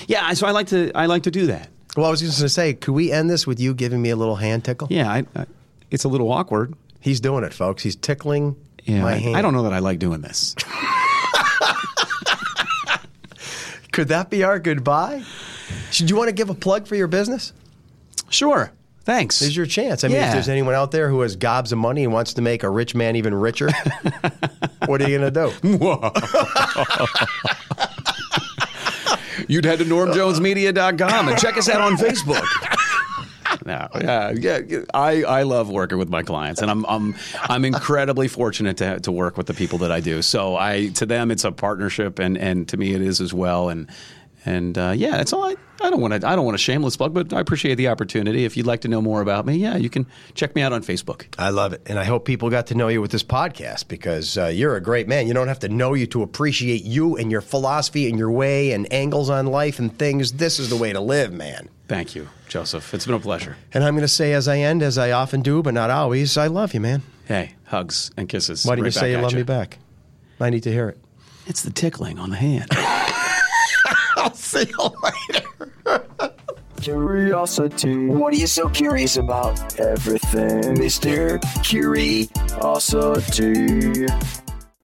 C: yeah. I- So I like to I like to do that.
B: Well, I was just going to say, could we end this with you giving me a little hand tickle?
C: Yeah, I, I, it's a little awkward.
B: He's doing it, folks. He's tickling
C: Yeah,
B: my
C: I,
B: hand.
C: I don't know that I like doing this.
B: Could that be our goodbye? Should you want to give a plug for your business?
C: Sure, thanks.
B: There's your chance. I mean, if
C: Yeah.
B: there's anyone out there who has gobs of money and wants to make a rich man even richer, what are you going to do?
C: You'd head to normjonesmedia.com and check us out on Facebook. No, yeah, yeah, yeah. I, I love working with my clients, and I'm I'm I'm incredibly fortunate to to work with the people that I do. So I to them it's a partnership, and and to me it is as well. And and uh, yeah, that's all. I, I don't want to I don't want a shameless plug, but I appreciate the opportunity. If you'd like to know more about me, yeah, you can check me out on Facebook.
B: I love it. And I hope people got to know you with this podcast because uh, you're a great man. You don't have to know you to appreciate you and your philosophy and your way and angles on life and things. This is the way to live, man.
C: Thank you, Joseph. It's been a pleasure.
B: And I'm going to say, as I end, as I often do, but not always, I love you, man.
C: Hey, hugs and kisses.
B: Why do not
C: right
B: you
C: back
B: say you
C: at
B: love me back? I need to hear it.
C: It's the tickling on the hand.
B: I'll see you later.
A: Curiosity. What are you so curious about? Everything, Mr. Curiosity.